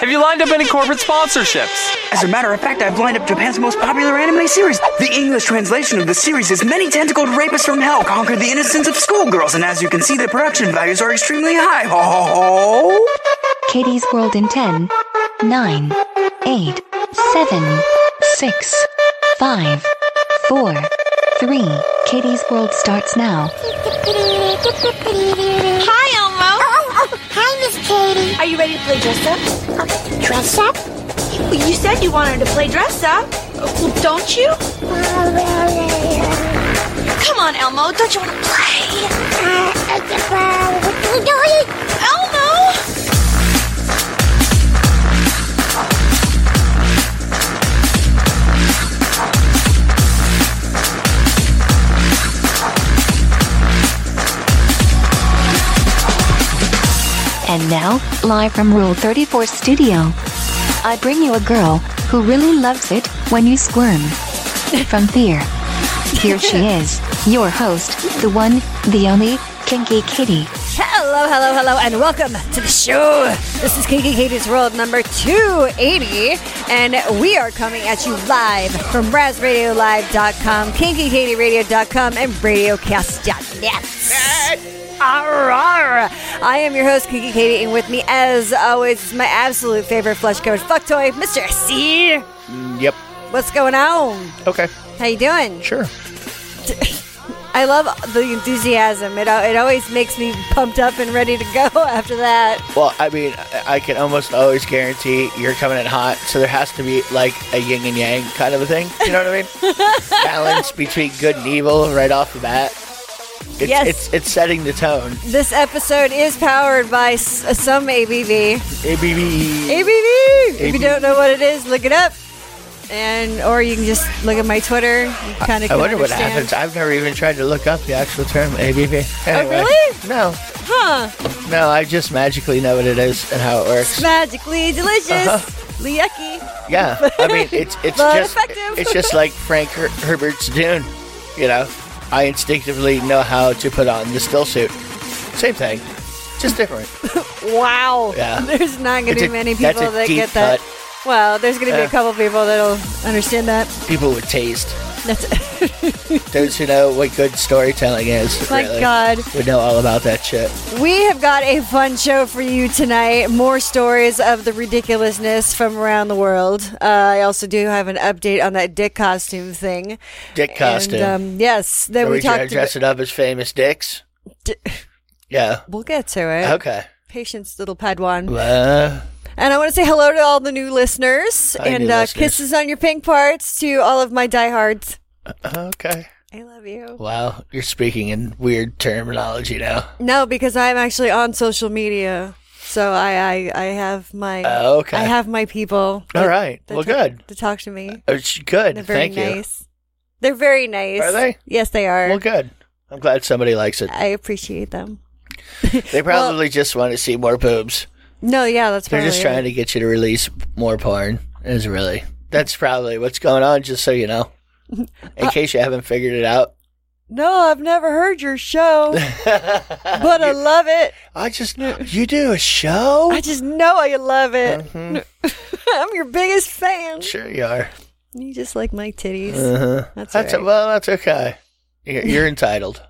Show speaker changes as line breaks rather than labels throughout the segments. Have you lined up any corporate sponsorships?
As a matter of fact, I've lined up Japan's most popular anime series. The English translation of the series is Many Tentacled Rapists from Hell Conquer the Innocence of Schoolgirls, and as you can see, the production values are extremely high. Ho ho ho!
Katie's World in 10, 9, 8, 7, 6, 5, 4, 3. Katie's World starts now.
Hi, Elmo. Oh, oh, hi, Miss Katie.
Are you ready to play dress up?
Oh, dress up?
Well, you said you wanted to play dress up. Uh, Well, don't you?
Oh, well, yeah.
Come on, Elmo. Don't you want to play?
Uh, uh, well, what are we doing?
Elmo!
And now, live from Rule 34 Studio, I bring you a girl who really loves it when you squirm from fear. Here she is, your host, the one, the only, Kinky Kitty.
Hello, hello, hello, and welcome to the show. This is Kinky Katie's World number 280, and we are coming at you live from RazRadioLive.com, KinkyKatieRadio.com, and RadioCast.net. Arr, arr. I am your host, Kinky Katie, and with me, as always, is my absolute favorite flesh-covered fuck toy, Mr. SC.
Yep.
What's going on?
Okay.
How you doing?
Sure.
I love the enthusiasm. It, it always makes me pumped up and ready to go after that.
Well, I mean, I- I can almost always guarantee you're coming in hot, so there has to be like a yin and yang kind of a thing. You know what I mean? Balance between good and evil right off the bat. It's,
Yes.
it's it's setting the tone.
This episode is powered by s- some ABV.
ABV.
ABV. If you
ABV.
don't know what it is, look it up, and or you can just look at my Twitter. You kind of.
I wonder what happens. I've never even tried to look up the actual term ABV. Anyway,
really?
No,
Huh?
no. I just magically know what it is and how it works.
Magically
Uh-huh.
delicious. Lee
Yeah, I mean, it's it's
But
just
effective.
it's just like Frank Her- Herbert's Dune. You know, I instinctively know how to put on the still suit. Same thing, just different.
Wow.
Yeah.
There's not going
It's
to
a-
be many
that's
people
a
that
deep
get that.
cut. Uh.
Well, there's going to be
Yeah.
a couple people that'll understand that.
People with taste,
That's
those who know what good storytelling is.
My
really,
God.
would know all about that shit.
We have got a fun show for you tonight. More stories of the ridiculousness from around the world. Uh, I also do have an update on that dick costume thing.
Dick costume.
And, um, yes, that
Are
we
we trying to
talked about.
dress it up as famous dicks?
D-
Yeah.
We'll get to it.
Okay.
Patience, little Padawan.
Well,
And I want to say hello to all the new listeners
Hi,
and
new
uh,
listeners.
kisses on your pink parts to all of my diehards.
okay.
I love you.
Wow, you're speaking in weird terminology now.
No, because I'm actually on social media. So I, I, I have my
Oh, okay.
I have my people.
All right. Well,
ta-
good.
To talk to me.
It's good.
They're very
Thank you.
nice. They're very nice.
Are they?
Yes, they are.
Well, good. I'm glad somebody likes it.
I appreciate them.
They probably just want to see more boobs.
No, Oh, yeah, that's
They're
probably
just trying
it.
to get you to release more porn. Is really that's probably what's going on. Just so you know,
Uh,
in case you haven't figured it out,
No, I've never heard your show, but I love it.
I just knew you do a show.
uh, I just know I love it.
Mm-hmm.
I'm your biggest fan.
sure you are.
You just like my titties,
Uh-huh.
That's all right.
well, that's okay. You're, you're entitled.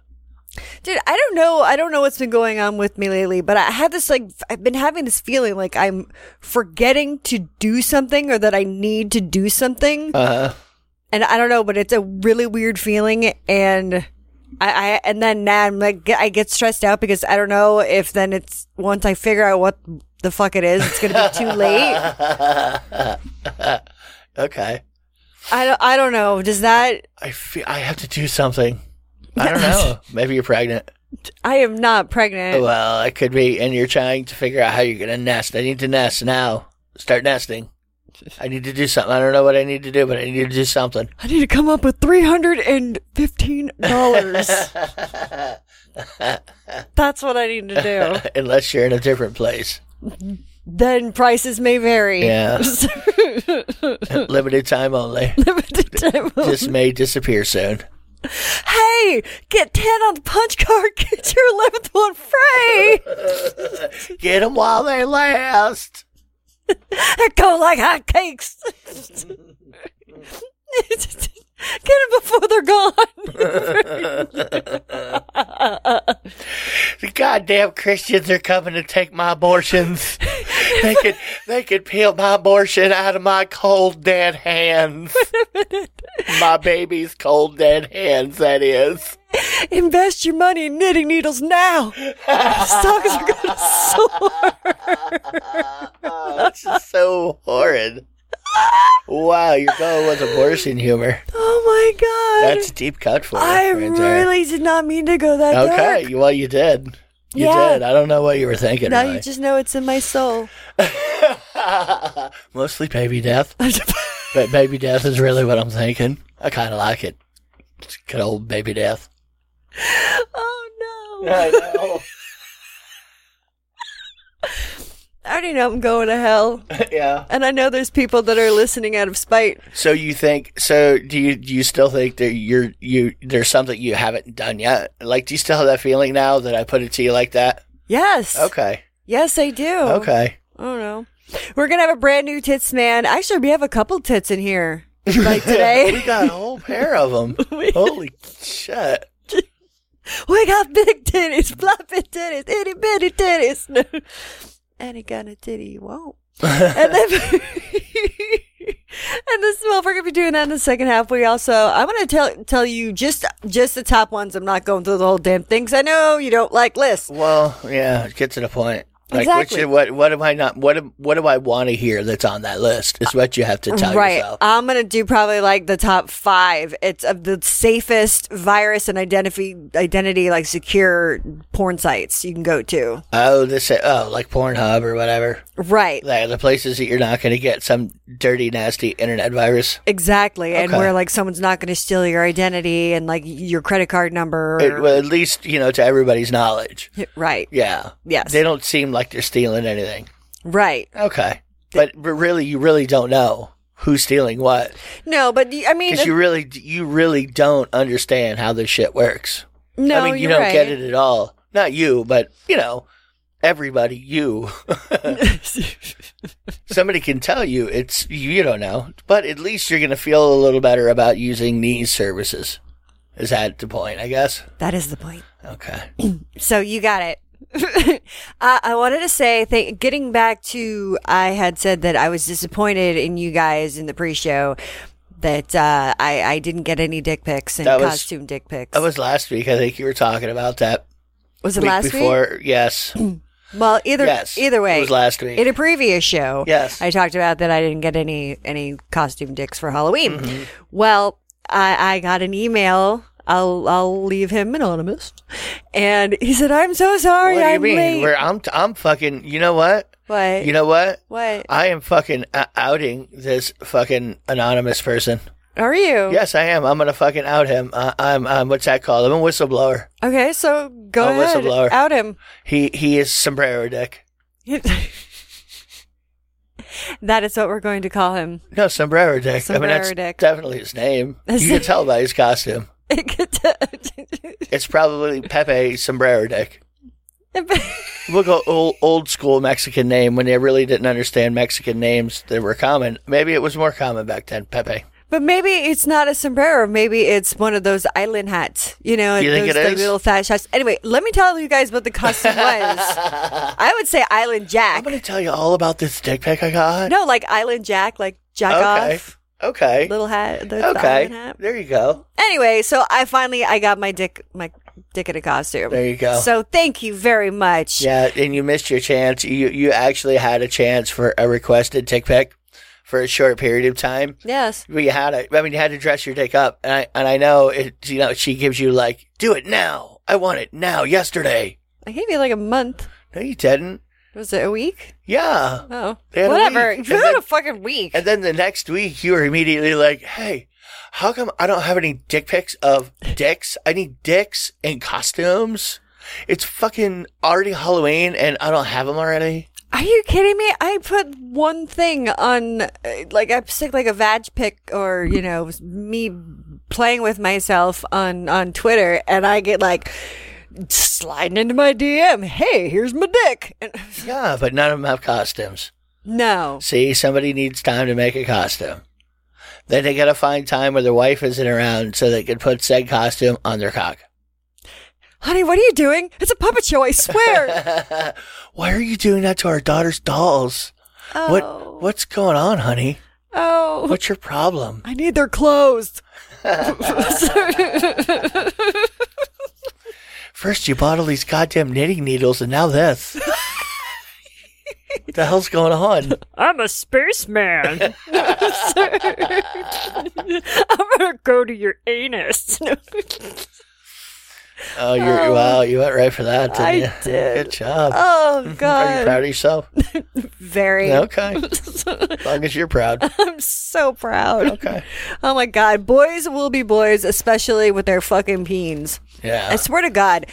dude. I don't know. I don't know what's been going on with me lately, but I had this like f- I've been having this feeling like I'm forgetting to do something or that I need to do something.
Uh huh.
and I don't know, but it's a really weird feeling. And I, I and then now I'm like, I get stressed out because I don't know if then it's once I figure out what the fuck it is, it's gonna be too late.
Okay.
I don't, I don't know. Does that?
I feel I have to do something. I don't know. Maybe you're pregnant.
I am not pregnant.
Oh, Well, it could be, and you're trying to figure out how you're gonna nest. I need to nest now. Start nesting. I need to do something. I don't know what I need to do, but I need to do something.
I need to come up with three hundred and fifteen dollars. That's what I need to do.
Unless you're in a different place.
Then prices may vary.
Yeah. Limited time only. This may disappear soon.
hey, get ten on the punch card. Get your eleventh one free.
Get them while they last.
They go like hotcakes. Get them before they're gone.
The goddamn Christians are coming to take my abortions. they could they could peel my abortion out of my cold dead hands. my baby's cold dead hands, that is.
Invest your money in knitting needles now. Stocks are going to soar.
Oh, this is so horrid. Wow, you're going with abortion humor.
Oh my god.
That's a deep cut for you.
I
right there.
really did not mean to go that
Okay,
dark.
you- well, you did. You
Yeah.
did. I don't know what you were thinking.
Now
really.
you just know it's in my soul.
Mostly baby death. But baby death is really what I'm thinking. I kind of like it. It's good old baby death.
oh no.
I know.
I already know I'm going to hell.
yeah.
And I know there's people that are listening out of spite.
So you think? So do you? Do you still think that you're you? There's something you haven't done yet. Like, do you still have that feeling now that I put it to you like that?
Yes.
Okay.
Yes, I do.
Okay.
I don't know. We're gonna have a brand new tits man. Actually, we have a couple tits in here. Like
we
today,
got a whole pair of them. Holy shit!
we got big titties, floppy titties, itty bitty titties, no. any kind of titty you want. and then, and this well, we're gonna be doing that in the second half. We also, I'm gonna tell tell you just just the top ones. I'm not going through the whole damn things. I know you don't like lists.
Well, yeah, get to the point. Like,
Exactly.
which, what what am I not? What am- what do I want to hear that's on that list? Is what you have to tell
right.
yourself.
I'm gonna do probably like the top five. It's of the safest virus and identity identity like secure porn sites you can go to.
Oh, this oh, like Pornhub or whatever.
Right.
Like the places that you're not going to get some dirty, nasty internet virus.
Exactly. And
Okay.
where like someone's not gonna steal your identity and like your credit card number.
It, well, at least you know to everybody's knowledge.
right.
Yeah.
Yes.
They don't seem like they're stealing anything.
Right.
Okay. But, but really, you really don't know who's stealing what
No, but y- I mean,
because you really you really don't understand how this shit works.
no,
I mean, you
you're
don't
right.
get it at all. Not you, but you know, everybody. You. Somebody can tell you it's you don't know, but at least you're going to feel a little better about using these services. Is that the point? I guess.
That is the point.
Okay.
So you got it. uh, I wanted to say, th- getting back to, I had said that I was disappointed in you guys in the pre-show that uh, I I didn't get any dick pics and
That was-
costume dick pics.
That was last week. I think you were talking about that
Was it
week
last week?
before. Yes.
Well, either
yes.
either way,
it was last week.
in a previous show.
Yes.
I talked about that I didn't get any any costume dicks for Halloween.
Mm-hmm.
Well, I, I got an email. I'll I'll leave him anonymous, and he said, "I'm so sorry,
what do you
I'm
mean?
late."
Where I'm, I'm fucking. You know what?
what?
You know what?
what?
I am fucking uh, outing this fucking anonymous person.
Are you?
Yes, I am. I'm gonna fucking out him. Uh, I'm, I'm what's that called? I'm a whistleblower.
Okay, so go
Oh,
ahead.
whistleblower.
Out him.
He he is sombrero dick.
that is what we're going to call him.
No, sombrero dick. I
Sombrero
mean, that's
dick.
definitely his name. you can tell by his costume. It's probably Pepe Sombrero Dick. We'll go old, old school Mexican name when they really didn't understand Mexican names that were common. Maybe it was more common back then. Pepe.
but maybe it's not a sombrero. Maybe it's one of those island hats. You know,
You think
those
it
like,
is?
little thatch hats. Anyway, let me tell you guys what the costume was. I would say island
I'm
jack.
gonna tell you all about this dick pic I got.
No, like island jack, like jack
Okay.
off
Okay.
little hat. The, the
okay.
island hat.
there you go.
Anyway, so I finally I got my dick my dick in a costume.
There you go.
So thank you very much.
Yeah, and you missed your chance. You you actually had a chance for a requested dick pic for a short period of time.
Yes.
But you had to, I mean, you had to dress your dick up, and I and I know it. You know, she gives you like, do it now. I want it now. Yesterday.
I gave you like a month.
No, you didn't.
Was it a week?
Yeah.
Oh,
They had a
whatever.
week,
You
and
had
then-
a fucking week.
And then the next week, you were immediately like, hey, how come I don't have any dick pics of dicks? I need dicks and costumes. It's fucking already Halloween and I don't have them already.
Are you kidding me? I put one thing on, uh, like I stick like a vag pic or you know me playing with myself on on Twitter, and I get like sliding into my DM. Hey, here's my dick. And,
Yeah, but none of them have costumes.
no,
See, somebody needs time to make a costume. Then they gotta find time where their wife isn't around so they can put said costume on their cock.
honey, what are you doing? It's a puppet show. I swear.
Why are you doing that to our daughter's dolls? What what's going on, honey?
oh,
What's your problem?
I need their clothes.
First you bought all these goddamn knitting needles and now this. what the hell's going on?
I'm a spaceman. I'm gonna go to your anus.
Oh, you're wow, you went right for that, didn't
I
you?
did.
Good job.
oh
Are you proud
God,
of yourself?
very.
Okay. as long as you're proud.
I'm so proud.
Okay.
Oh my god, boys will be boys, especially with their fucking peens.
Yeah.
I swear to God.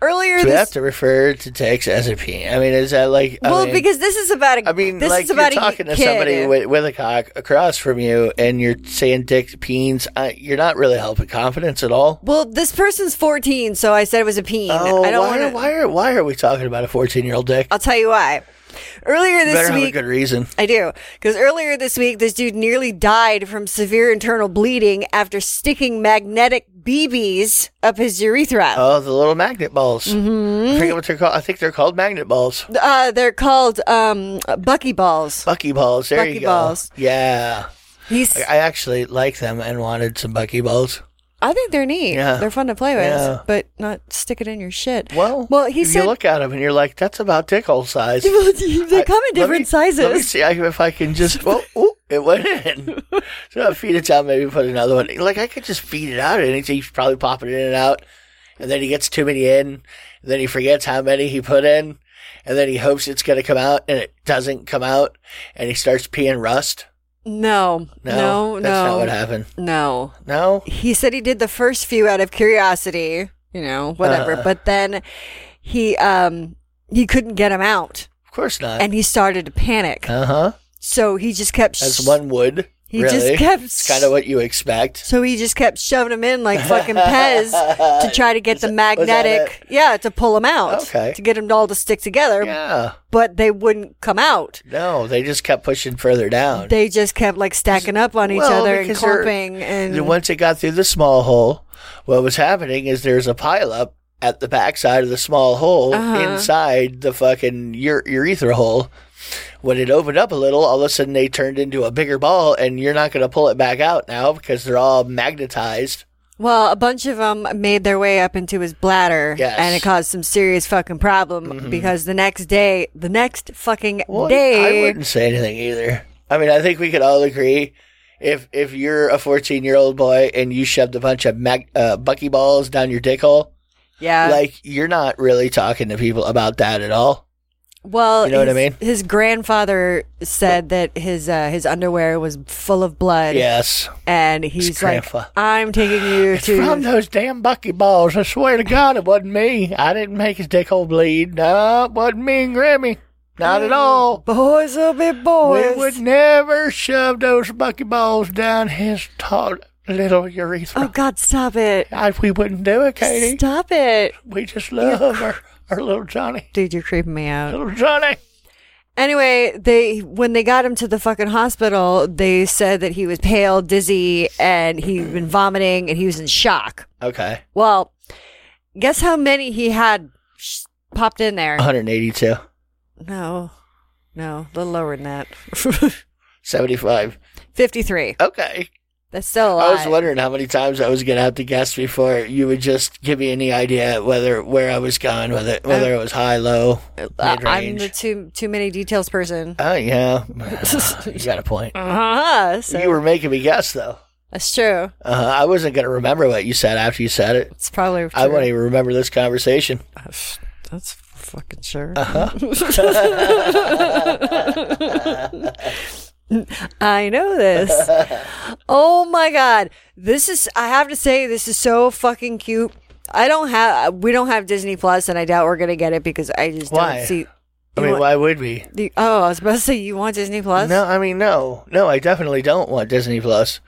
Earlier
Do we
this,
have to refer to dicks as a peen? I mean, is that like? I
well,
mean,
because this is about a.
I mean,
this
like
is about
you're
a
talking to
kid.
somebody with, with a cock across from you, and you're saying dick peens. I, you're not really helping confidence at all.
Well, this person's 14, so I said it was a peen.
Oh,
I don't
why,
want
are,
to.
why are why are we talking about a 14 year old dick?
I'll tell you why. Earlier this
Better have a
week,
good reason.
I do. Because earlier this week, this dude nearly died from severe internal bleeding after sticking magnetic BBs up his urethra.
Oh, the little magnet balls.
Mm-hmm.
I forget what they're called. I think they're called magnet balls.
Uh, they're called um, Bucky balls.
Bucky balls. There
Bucky
you go.
balls.
Yeah,
He's,
I actually like them and wanted some bucky balls.
I think they're neat.
Yeah.
They're fun to play with,
Yeah.
but not stick it in your shit.
Well,
well, he
if
said
you look at them and you're like, that's about dick hole size.
they come in
Let me-
different sizes.
Let me see I- if I can just. Well, ooh, it went in. So I feed it out, maybe put another one. Like I could just feed it out, and he's probably popping it in and out. And then he gets too many in. And then he forgets how many he put in. And then he hopes it's going to come out, and it doesn't come out. And he starts peeing rust.
No, no, no,
that's not what happened.
no.
No,
He said he did the first few out of curiosity, you know, whatever.
Uh.
but then he um he couldn't get him out,
of course not.
and he started to panic.
Uh huh.
so he just kept
As
sh-
one would.
He
really.
just kept.
It's kind of what you expect.
so he just kept shoving him in like fucking Pez to try to get the
that- was that
magnetic, yeah, to pull him out,
Okay.
to get him all to stick together.
Yeah.
but they wouldn't come out.
No, they just kept pushing further down.
They just kept like stacking up on each
Well,
other and
because they're-
clumping
And
and
once it got through the small hole, what was happening is there's a pileup at the backside of the small hole
Uh-huh.
inside the fucking ure- urethra hole. When it opened up a little, all of a sudden they turned into a bigger ball, and you're not going to pull it back out now because they're all magnetized.
well, a bunch of them made their way up into his bladder,
Yes. Mm-hmm.
and it caused some serious fucking problem because the next day, the next fucking
Well, I
day,
wouldn't say anything either. I mean, I think we could all agree if if you're a 14 year old boy and you shoved a bunch of mag- uh, bucky balls down your dick hole,
yeah,
like you're not really talking to people about that at all.
well,
you know what I
his-
mean?
His grandfather said that his uh, his underwear was full of blood,
Yes.
and he's like,
grandpa.
"I'm taking you
It's from
to."
those damn bucky balls. I swear to God, it wasn't me. I didn't make his dick hole bleed. No, it wasn't me and Grammy. Not at all.
Boys will be boys.
We would never shove those bucky balls down his taut little urethra.
oh God, stop it!
I, we wouldn't do it, Katie.
Stop it,
We just love our, our little Johnny.
dude! You're creeping me out.
Little Johnny.
Anyway, they when they got him to the fucking hospital, they said that he was pale, dizzy, and he'd been vomiting, and he was in shock.
Okay.
Well, guess how many he had sh- popped in there?
Uh-huh. 182.
No, no, a little lower than that.
75.
Fifty-three.
Okay.
That's still a lot.
I was wondering how many times I was going to have to guess before you would just give me any idea whether where I was going, whether whether it was high, low,
Uh,
mid
I'm the
range.
too too many details person.
Oh yeah, you got a point.
Uh-huh, so
You were making me guess though.
that's true.
Uh, I wasn't going to remember what you said after you said it.
It's probably true.
I won't even remember this conversation.
That's fucking sure.
Uh-huh.
I know this. Oh my god. This is I have to say this is so fucking cute. I don't have we don't have Disney Plus and I doubt we're going to get it because I just
Why?
don't see
I mean,
want-
why would we?
the Oh, I was about to say you want Disney Plus?
No, I mean no, no. I definitely don't want Disney Plus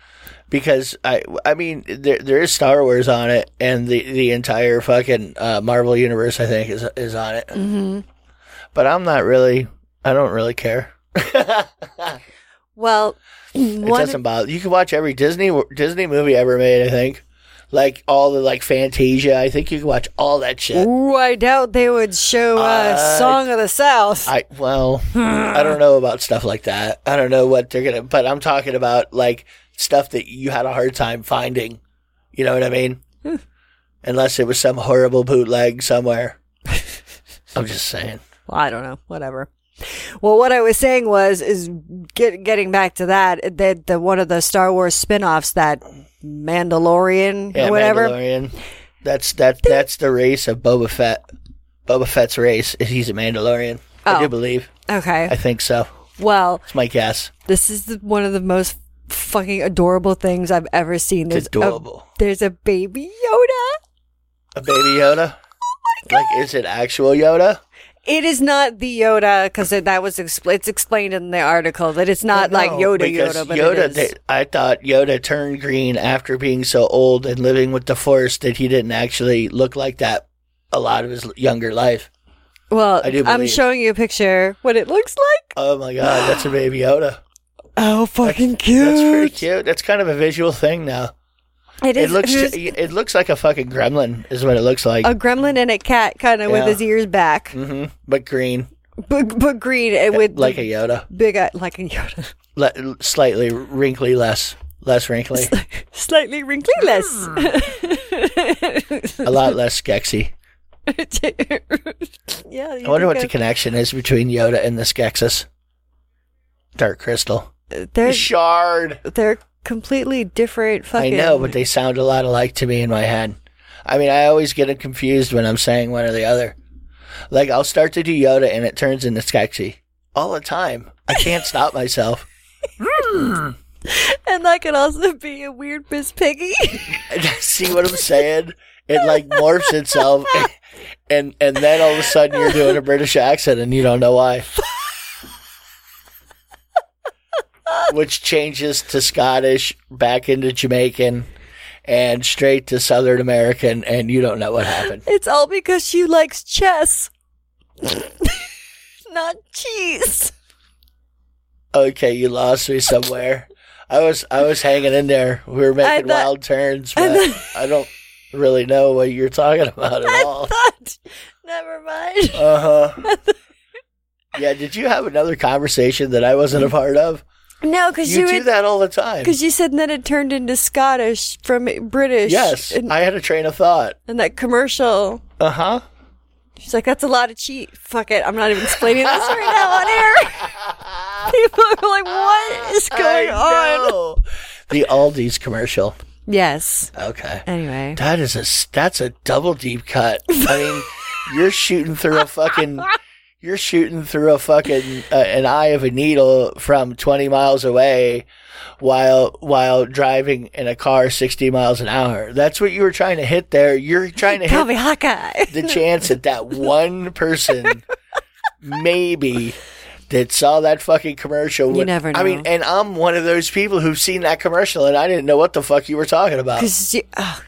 because I, I mean there there is Star Wars on it, and the the entire fucking uh, Marvel universe I think is is on it. Mm-hmm. But I'm not really. I don't really care.
Well,
It
one,
doesn't bother. You can watch every Disney Disney movie ever made. I think, like all the like Fantasia. I think you can watch all that shit.
Ooh, I doubt they would show uh,
Uh,
Song of the South.
I well, I don't know about stuff like that. I don't know what they're gonna. But I'm talking about like stuff that you had a hard time finding. You know what I mean?
Hmm.
Unless it was some horrible bootleg somewhere. I'm just saying.
Well, I don't know. Whatever. Well, what I was saying was is get, getting back to that that the one of the Star Wars spin-offs that Mandalorian
Yeah,
or whatever.
Mandalorian. That's that. That's the race of Boba Fett. Boba Fett's race is he's a Mandalorian. I do
Oh.
believe. I
Okay.
think so.
Well,
It's my guess.
this is the, one of the most fucking adorable things I've ever seen. There's
It's adorable.
A, there's a baby Yoda.
A baby Yoda? like, is it actual Yoda?
It is not the Yoda because that was expl- it's explained in the article that it's not like
No,
Yoda
because
Yoda, but
Yoda.
it is.
they- I thought Yoda turned green after being so old and living with the Force that he didn't actually look like that a lot of his younger life.
well,
I do
I'm
believe.
showing you a picture what it looks like.
Oh my God, that's a baby Yoda.
Oh, fucking cute!
That's pretty cute. That's kind of a visual thing now.
It is.
It looks.
it is
It looks like a fucking gremlin, is what it looks like.
a gremlin and a cat, kind of with
Yeah.
his ears back,
hmm But green,
but, but green and with
like a Yoda,
big eye, like a Yoda,
Le- slightly wrinkly, less, less wrinkly,
slightly wrinkly less.
Mm. a lot less skexy.
yeah, you
I wonder
think
what the
of-
connection is between Yoda and the Skeksis. Dark Crystal.
they're
Shard.
they're completely different.
I
Fucking
know, but they sound a lot alike to me in my head. I mean, I always get it confused when I'm saying one or the other. Like, I'll start to do Yoda and it turns into Skeksis. All the time. I can't stop myself.
and that could also be a weird Miss Piggy.
See what I'm saying? It like morphs itself, and and then all of a sudden you're doing a British accent and you don't know why, which changes to Scottish, back into Jamaican, and straight to Southern American, and you don't know what happened.
it's all because she likes chess, not cheese.
Okay, you lost me somewhere. I was I was hanging in there. We were making
thought-
wild turns, but I, don't really know what you're talking about at all.
Thought. Never mind.
Uh huh. yeah. Did you have another conversation that I wasn't a part of?
No, because
You
you,
do
would-
that all the time.
Because you said that it turned into Scottish from British.
Yes,
And,
I had a train of thought.
and that commercial.
Uh huh.
She's like, that's a lot of cheat. Fuck it. I'm not even explaining this right now on air. People are like, what is going on?
The Aldi's commercial.
Yes.
Okay.
Anyway.
That is a s- that's a double deep cut. I mean, you're shooting through a fucking you're shooting through a fucking uh, an eye of a needle from 20 miles away while while driving in a car 60 miles an hour. That's what you were trying to hit there. You're trying to
Call
hit
me Hawkeye.
the chance that that one person maybe that saw that fucking commercial. would-
never
I mean,
know.
and I'm one of those people who've seen that commercial and I didn't know what the fuck you were talking about.
Because you, oh,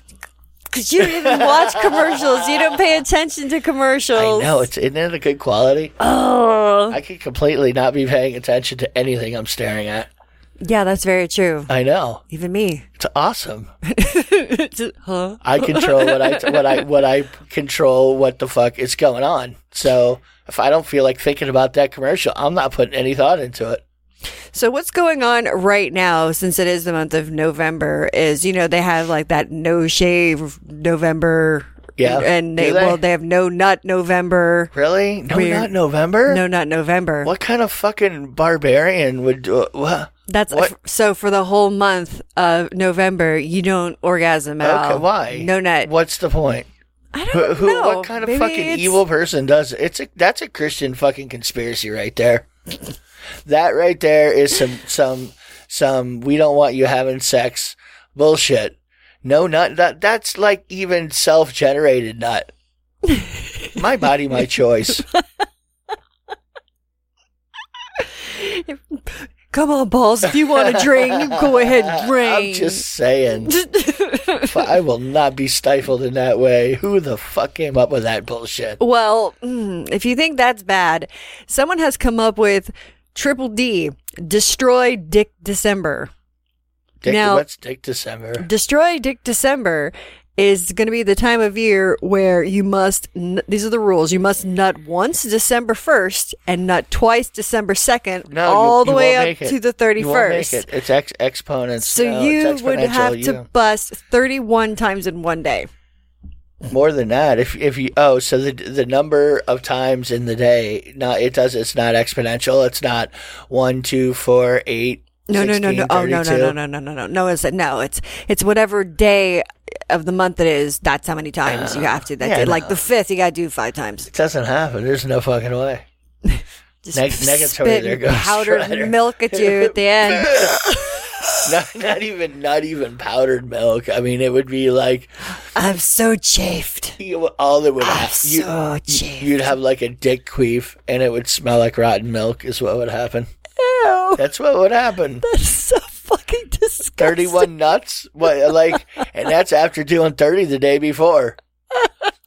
'cause you don't even watch commercials. You don't pay attention to
I
commercials.
know it's isn't it a good quality?
Oh.
I could completely not be paying attention to anything I'm staring at.
Yeah, that's very true.
I know
Even me.
it's awesome.
huh?
I control what I what I what I control what the fuck is going on. So if I don't feel like thinking about that commercial, I'm not putting any thought into it.
So what's going on right now, since it is the month of November, is you know they have like that no shave November,
Yeah.
and
Do
they,
they?
well they have no nut November,
Really? No,
Weird.
not November.
no nut November.
What kind of fucking barbarian would do it? What?
That's
What?
so for the whole month of November you don't orgasm at
Okay,
all.
why?
No nut
What's the point?
I
Who,
don't
who
know.
what kind of
Maybe
fucking
it's-
evil person does it? It's a that's a Christian fucking conspiracy right there. that right there is some some some we don't want you having sex bullshit. No nut that that's like even self generated nut. my body, my choice.
Come on, balls. If you want to drink, go ahead,
I'm
drink.
just saying. F- I will not be stifled in that way. Who the fuck came up with that bullshit?
Well, mm, if you think that's bad, someone has come up with Triple D, Destroy Dick December.
Dick,
Now-
what's Dick December?
Destroy Dick December is going to be the time of year where you must, n- these are the rules, you must nut once December 1st and nut twice December 2nd,
No, you-
all the
you
way
won't
up
make it.
to the
You won't make
31st.
it. It's ex- exponents.
So
No,
you
it's
would
exponential.
have to
You-
bust 31 times in one day.
more than that. If if you oh, so the the number of times in the day, not it does. It's not exponential. It's not one, two, four, eight.
No, no, no,
16,
no. Oh, no, no,
32.
no, no, no, no, no. No, it's no. It's it's whatever day of the month it is. That's how many times you have to. That
Uh, yeah,
day. like
no.
the fifth, you got to do five times.
It doesn't happen. There's no fucking way.
Just
Neg-
spit
negatory, there goes
powdered
Strider.
milk at you at the end.
Not, not even not even powdered milk. I mean, it would be like
I'm so chafed.
you- all that would
I'm
happen. you,
so chafed.
You'd have like a dick queef, and it would smell like rotten milk. Is what would happen.
Ew,
That's what would happen.
that's so fucking disgusting.
Thirty-one nuts. What like? And that's after doing thirty the day before.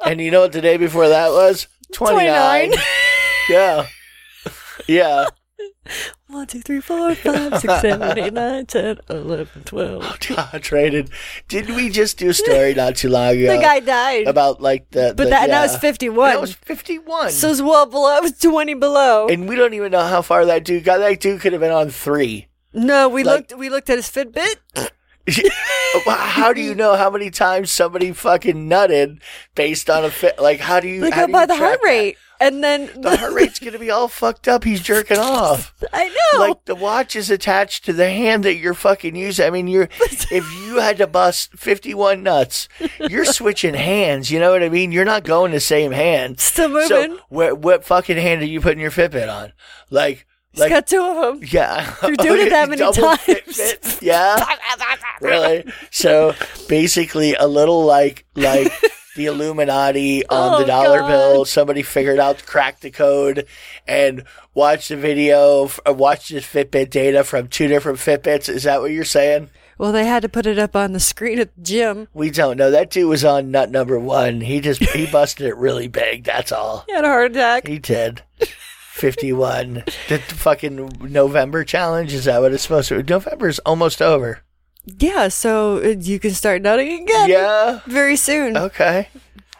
And you know what the day before that was? Twenty-nine.
29.
yeah. Yeah.
One, two, three, four, five, six, seven, eight, nine, ten, eleven, twelve.
Concentrated. Didn't we just do a story not too long ago?
The guy died.
about like the.
But
the-
that- that was
yeah.
51.
That was fifty-one.
so it's well below. It was twenty below.
and we don't even know how far that dude got. That dude could have been on three.
no, we
like-
looked. We looked at his Fitbit.
how do you know how many times somebody fucking nutted based on a fit? Like, how do you
Look
how
up
do
by
you
the
track
heart
that?
rate, and then
The heart rate's gonna be all fucked up. He's jerking off.
I know.
Like the watch is attached to the hand that you're fucking using. I mean, you're if you had to bust 51 nuts, you're switching hands. You know what I mean? You're not going the same hand.
Still moving.
So, what what fucking hand are you putting your Fitbit on? Like,
He's
like
got two of them.
yeah,
You're doing it that many
Double
times.
Fitbit? Yeah, really. So basically, a little like like the Illuminati on
Oh,
the dollar
God.
bill. Somebody figured out, cracked the code, and watched the video, f- uh, watched the Fitbit data from two different Fitbits. Is that what you're saying?
Well, they had to put it up on the screen at the gym.
We don't know. That dude was on nut number one. He just he busted it really big. That's all.
He had a heart attack.
He did. 51. The t- fucking November challenge, is that what it's supposed to be? November's almost over.
Yeah, so uh, you can start nutting again.
Yeah.
Very soon.
Okay.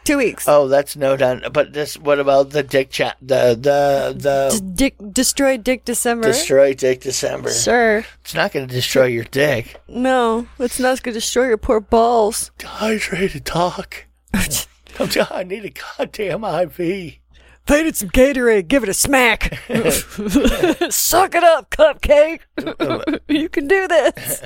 Two weeks.
Oh, that's no done. But this, what about the dick chat? The, the,
D-
the
Dick destroy Dick December.
destroy dick December.
Sure.
It's not going to destroy your dick.
No, it's not going to destroy your poor balls.
Dehydrated talk. I'm t- I need a goddamn IV.
Painted some Gatorade. Give it a smack. Suck it up, cupcake. you can do this.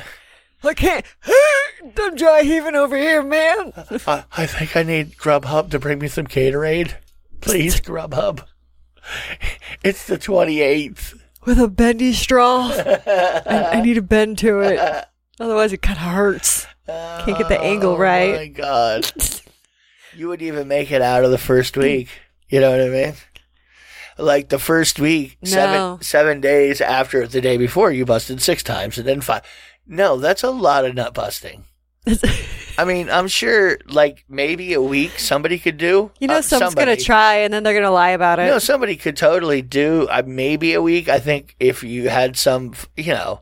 I can't. I'm dry heaving over here, man.
I, I think I need Grubhub to bring me some Gatorade. Please, Grubhub. It's the 28th.
with a bendy straw. I, I need to bend to it. Otherwise, it kind of hurts. Can't get the angle
Oh my
right.
god. you would even make it out of the first week. You know what I mean? Like the first week,
No.
seven seven days after the day before, you busted six times and then five. No, that's a lot of nut busting. I mean, I'm sure like maybe a week somebody could do.
You know,
Uh,
someone's
somebody.
going to try and then they're going to lie about it.
No, somebody could totally do uh, maybe a week. I think if you had some, f- you know,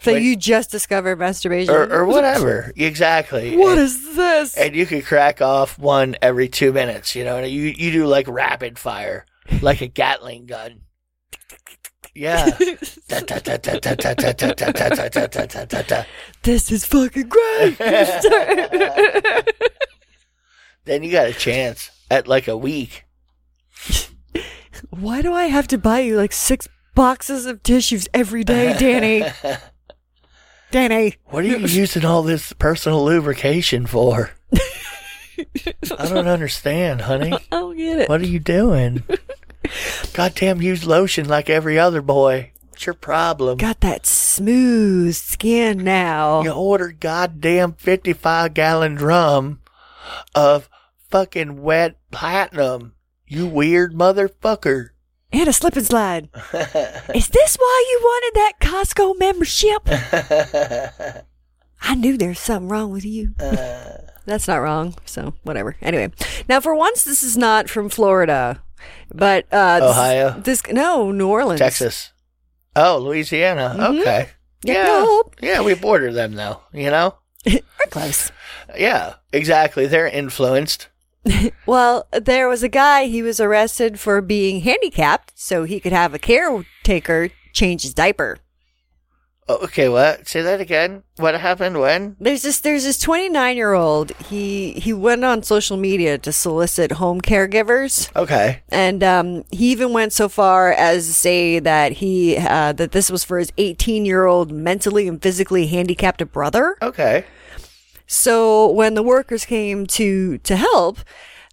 so
wait.
you just discovered masturbation.
or, or whatever. Exactly.
What
And-
is this?
and you could crack off one every two minutes. You know, and you you do like rapid fire, like a Gatling gun. Yeah. Da, da, da, da, da, da, da, da, da, da, da, da, da, da, da, da.
this is fucking great.
Then you got a chance at like a week.
Why do I have to buy you like six boxes of tissues every day, Danny? Danny.
What are you using all this personal lubrication for? I don't understand, honey.
I don't get it.
What are you doing? Goddamn, use lotion like every other boy. What's your problem?
Got that smooth skin now.
You ordered goddamn 55 gallon drum of fucking wet platinum. You weird motherfucker.
And a slip and slide. Is this why you wanted that Costco membership? I knew there's something wrong with you.
Uh.
That's not wrong. So whatever. Anyway, now for once, this is not from Florida, but uh, this-
Ohio?
This no New Orleans,
Texas. Oh, Louisiana. Okay.
Mm-hmm. Yeah,
Yeah.
nope.
Yeah, we border them though, you know?
We're close.
Yeah, exactly. They're influenced.
Well, there was a guy. He was arrested for being handicapped, so he could have a caretaker change his diaper.
Oh, Okay, what? Say that again. What happened when?
There's this there's this 29 year old. He he went on social media to solicit home caregivers,
Okay.
and um, he even went so far as to say that he uh, that this was for his 18 year old mentally and physically handicapped brother.
Okay.
So when the workers came to to help.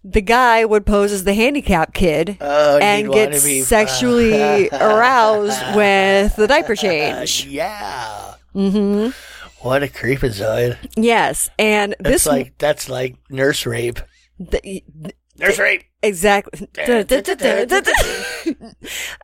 The guy would pose as the handicapped kid
Oh, you'd
and get
wanna be-
sexually aroused with the diaper change.
Yeah. Mm-hmm. What a creepazoid.
Yes, and
That's
this
like that's like nurse rape.
th-
Nurse rape.
Exactly.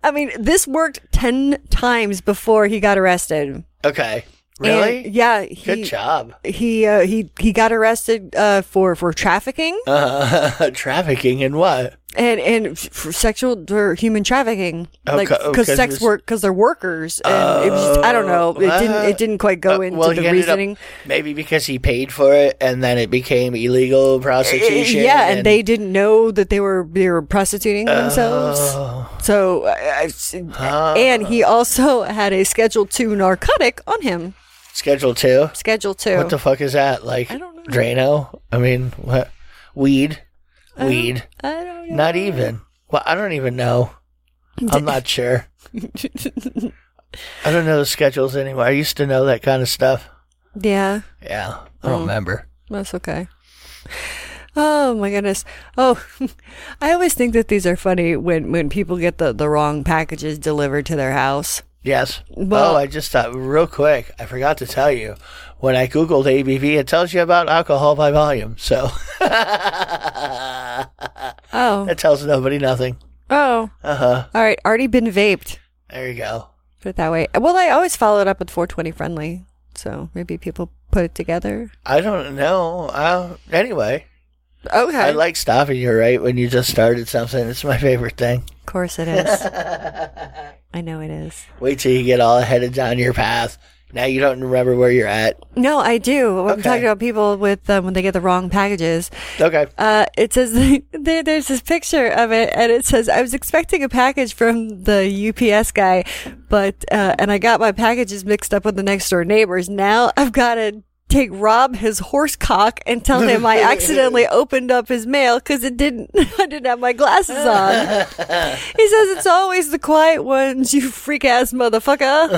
I mean, this worked 10 times before he got arrested.
Okay. Really?
And, yeah. He,
Good job.
He, uh, he, he got arrested, uh, for, for trafficking
Uh, trafficking and what?
and, and for sexual or human trafficking.
Oh,
like,
co- oh,
cause
'cause
sex
it's-
work, cause they're workers. And it was just, I don't know. It didn't, it didn't quite go
Uh,
into
well, he
the
ended up-
reasoning.
maybe because he paid for it and then it became illegal prostitution.
yeah. And, they didn't know that they were, they were prostituting themselves.
Oh,
So, I, I, and he also had a Schedule Two narcotic on him.
schedule two.
Schedule Two.
What the fuck is that? Like
I don't know.
Drano? I mean, what? Weed? Weed?
I don't know.
Not even. Well, I don't even know. I'm not sure. I don't know the schedules anymore. I used to know that kind of stuff.
Yeah,
Yeah, I
Mm.
don't remember.
that's okay. Oh my goodness. Oh, I always think that these are funny when when people get the the wrong packages delivered to their house.
Yes.
Well-
oh, I just thought real quick. I forgot to tell you. When I googled ABV, it tells you about alcohol by volume. So
Oh,
it tells nobody nothing.
oh. Uh
Uh-huh.
huh. All right, already been vaped.
There you go.
Put it that way. Well, I always follow it up with 420 friendly, so maybe people put it together.
I don't know. I, anyway,
Okay.
I like stopping you right when you just started something. It's my favorite thing.
of course it is. I know it is.
Wait till you get all headed down your path. Now you don't remember where you're at.
No, I do. I'm
Okay.
talking about people with um, when they get the wrong packages.
Okay.
Uh, it says there, there's this picture of it, and it says I was expecting a package from the UPS guy, but uh, and I got my packages mixed up with the next door neighbors. Now I've got to take Rob his horse cock and tell him I accidentally opened up his mail because it didn't. I didn't have my glasses on. he says it's always the quiet ones, you freak ass motherfucker.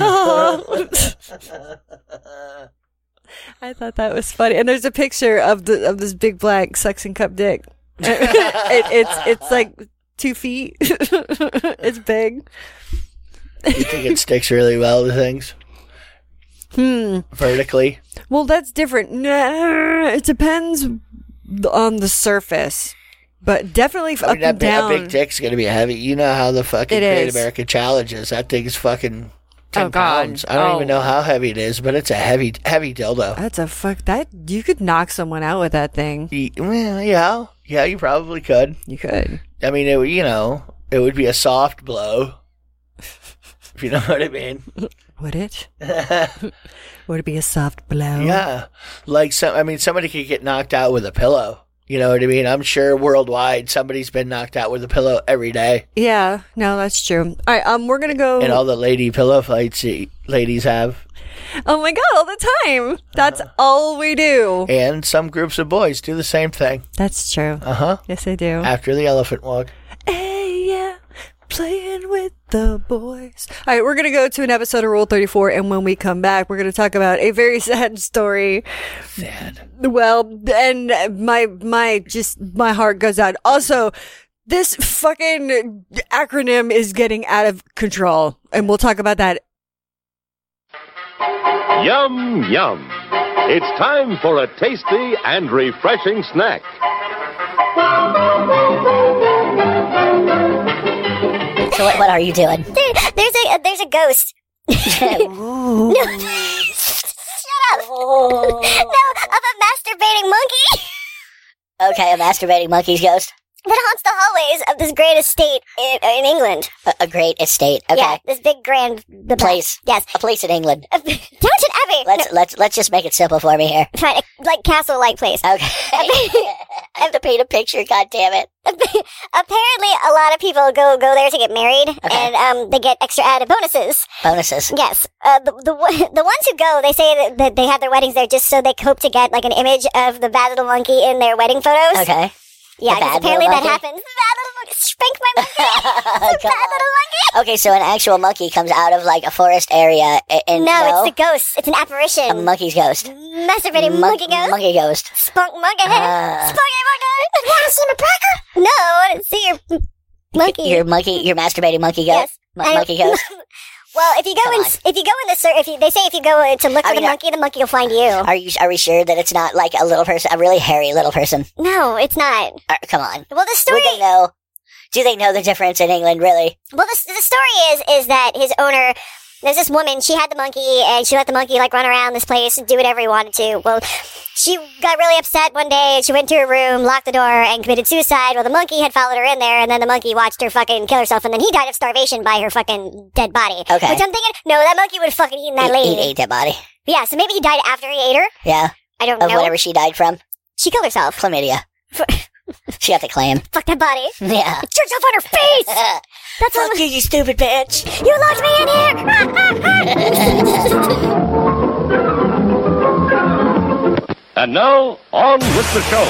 I thought that was funny. And there's a picture of the of this big black suction cup dick. it, it's it's like two feet. it's big.
You think it sticks really well to things? Hmm. Vertically.
Well, that's different. Nah, It depends on the surface, but definitely
I
up
mean, that
and
big, that
down.
big dick's gonna be heavy. You know how the fucking
It
Great
is.
American Challenge is. That thing's fucking ten
Oh, God.
pounds. I don't
Oh.
even know how heavy it is, but it's a heavy, heavy dildo.
That's a fuck. That you could knock someone out with that thing.
Y- well, yeah, yeah, you probably could.
You could.
I mean, it would- you know, it would be a soft blow, if you know what I mean.
Mm-hmm. Would it? Would it be a soft blow?
Yeah, like some. I mean, somebody could get knocked out with a pillow. You know what I mean? I'm sure worldwide somebody's been knocked out with a pillow every day,
Yeah. No, that's true. All right. Um, we're gonna go.
and all the lady pillow fights the ladies have,
oh my god! All the time. That's
Uh-huh.
all we do.
and some groups of boys do the same thing
That's true.
Uh-huh.
Yes, I do.
after the elephant walk.
Hey, yeah. playing with the boys. All right, we're going to go to an episode of Rule 34, and when we come back, we're going to talk about a very sad story.
Sad.
Well, and my, my, just my heart goes out. Also, this fucking acronym is getting out of control, and we'll talk about that.
Yum, yum. It's time for a tasty and refreshing snack.
So what, what are you doing?
There, there's a there's a ghost.
Ooh.
No, shut up.
Oh.
No, of a masturbating monkey
Okay, a masturbating monkey's ghost.
that haunts the hallways of this great estate in, uh, in England.
A, a great estate. Okay.
Yeah, this big grand the
Place.
Yes,
A place in England.
Downton Abbey.
Let's let's let's just make it simple for me here.
No, fine, a- like castle like place.
Okay. I have to paint a picture, god damn it.
Apparently, a lot of people go go there to get married, and um, they get extra added bonuses.
Bonuses.
Yes, uh, the the one- the ones who go, they say that, that they have their weddings there just so they hope to get like an image of the bad little monkey in their wedding photos.
Okay.
Yeah,
The
'cause
bad
apparently
little
that
monkey?
happens. Bad little monkey, spank my monkey. bad
God.
little monkey.
Okay, so an actual monkey comes out of like a forest area a- and
No, it's the ghost. It's an apparition.
a monkey's ghost.
Masturbating
Mon-
monkey ghost.
Monkey ghost.
Spunk monkey. Spunky
Ah.
monkey. You want to see my cracker? No, I want to see your monkey.
Your monkey, your masturbating monkey ghost.
Yes.
Mon-
I-
monkey ghost.
Well, if you go
Come
in,
on.
if you go in the search, if you, they say if you go to look
I
for the
mean, I-
monkey, the monkey will find you.
Are you are we sure that it's not like a little person, a really hairy little person?
No, it's not.
Uh, come on.
Well, the story.
Would they know? Do they know the difference in England? Really?
Well, the, the story is is that his owner. There's this woman. She had the monkey, and she let the monkey like run around this place and do whatever he wanted to. Well, she got really upset one day, and she went to her room, locked the door, and committed suicide. Well, the monkey had followed her in there, and then the monkey watched her fucking kill herself, and then he died of starvation by her fucking dead body.
Okay.
Which I'm thinking, no, that monkey would have fucking eaten that
Eat-
lady.
eat, eat that body.
Yeah, so maybe he died after he ate her.
Yeah.
I don't
Of
know.
whatever she died from,
She killed herself.
chlamydia. she got the clam.
Fuck that body.
Yeah.
Jerked off on her face. That's all.
Fuck you, you stupid bitch.
You locked me in here. Ah, ah, ah.
And now, on with the show.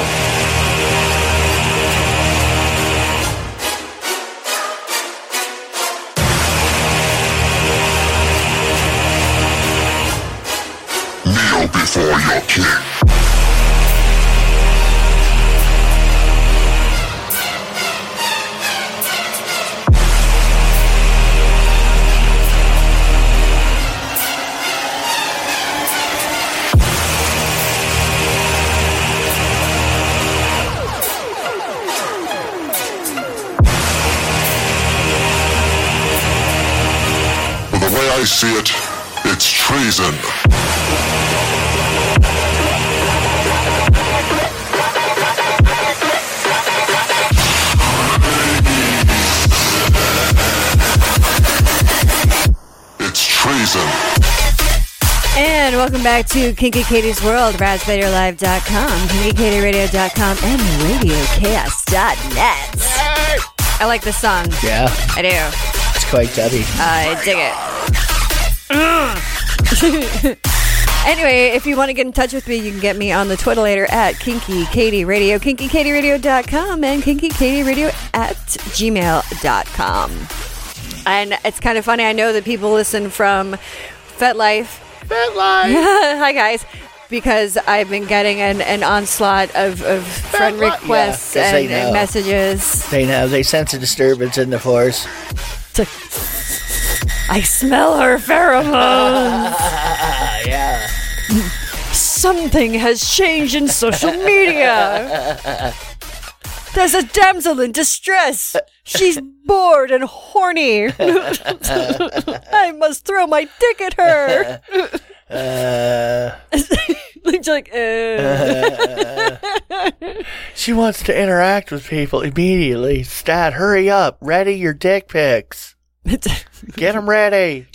But the way I see it, it's treason. It's treason.
And welcome back to Kinky Katie's World, RazBaderLive.com, KinkyKatieRadio.com, and RadioChaos.net. I like this song.
Yeah,
I do. Uh,
it's quite dubby.
I dig it. Mm. anyway, if you want to get in touch with me, you can get me on the Twitter later at Kinky Katie Radio, KinkyKatieRadio.com, and KinkyKatieRadio at gmail.com. And it's kind of funny. I know that people listen from FetLife.
FetLife.
Hi, guys. Because I've been getting an, an onslaught of, of friend
FetLife.
requests
Yeah, 'cause they
and, and
know.
messages.
They know they sense a disturbance in the force.
I smell her pheromones.
Ah, yeah.
Something has changed in social media. There's a damsel in distress. She's bored and horny. I must throw my dick at her.
Uh,
Like, like, uh.
she wants to interact with people immediately. Stat, hurry up. Ready your dick pics. Get 'em ready.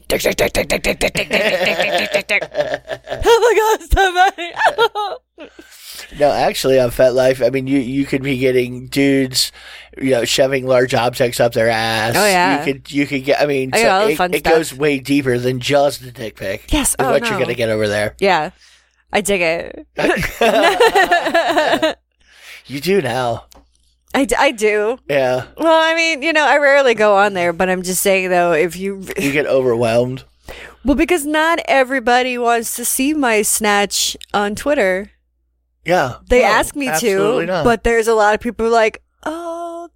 oh my god, somebody.
No, actually, on FetLife, I mean, you you could be getting dudes, you know, shoving large objects up their ass.
Oh, yeah.
you could you could get. I mean,
I got all the
it,
fun
it
stuff.
goes way deeper than just the dick pic.
Yes,
with
oh,
what
no.
you're gonna get over there.
yeah, I dig it.
you do now.
I, d- I do.
Yeah.
Well, I mean, you know, I rarely go on there, but I'm just saying though, if you
You get overwhelmed.
well, because not everybody wants to see my snatch on Twitter.
Yeah.
They
No,
ask me to,
absolutely not.
but there's a lot of people who are like, oh,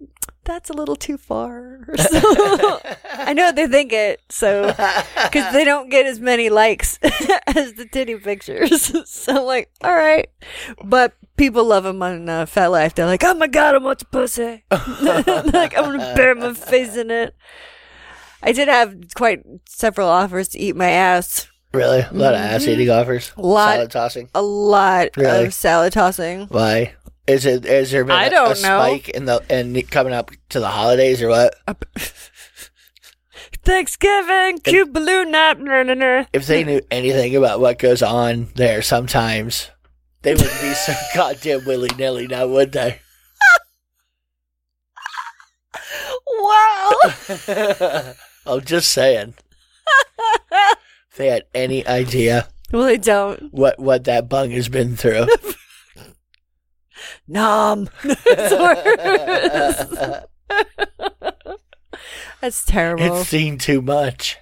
that's a little too far. So, I know they think it, so because they don't get as many likes as the titty pictures. so I'm like, all right, but people love them on uh, Fat Life. They're like, oh my god, I'm much pussy. like I'm gonna bury my face in it. I did have quite several offers to eat my ass.
Really? A lot of ass eating offers.
Mm-hmm. Lot-
Salad tossing.
A lot
Really?
of salad tossing.
Why? Is it? Is there been
I
a-
don't
a
know.
spike in the and coming up to the holidays or what?
Thanksgiving, cute balloon night. nah, nah, nah.
If they knew anything about what goes on there, sometimes they wouldn't be so goddamn willy nilly now, would they?
Wow.
I'm just saying. if they had any idea
well, they don't.
what what that bung has been through.
Nom. It's worse. That's terrible.
It's seen too much.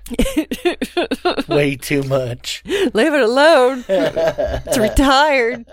Way too much.
Leave it alone. it's retired.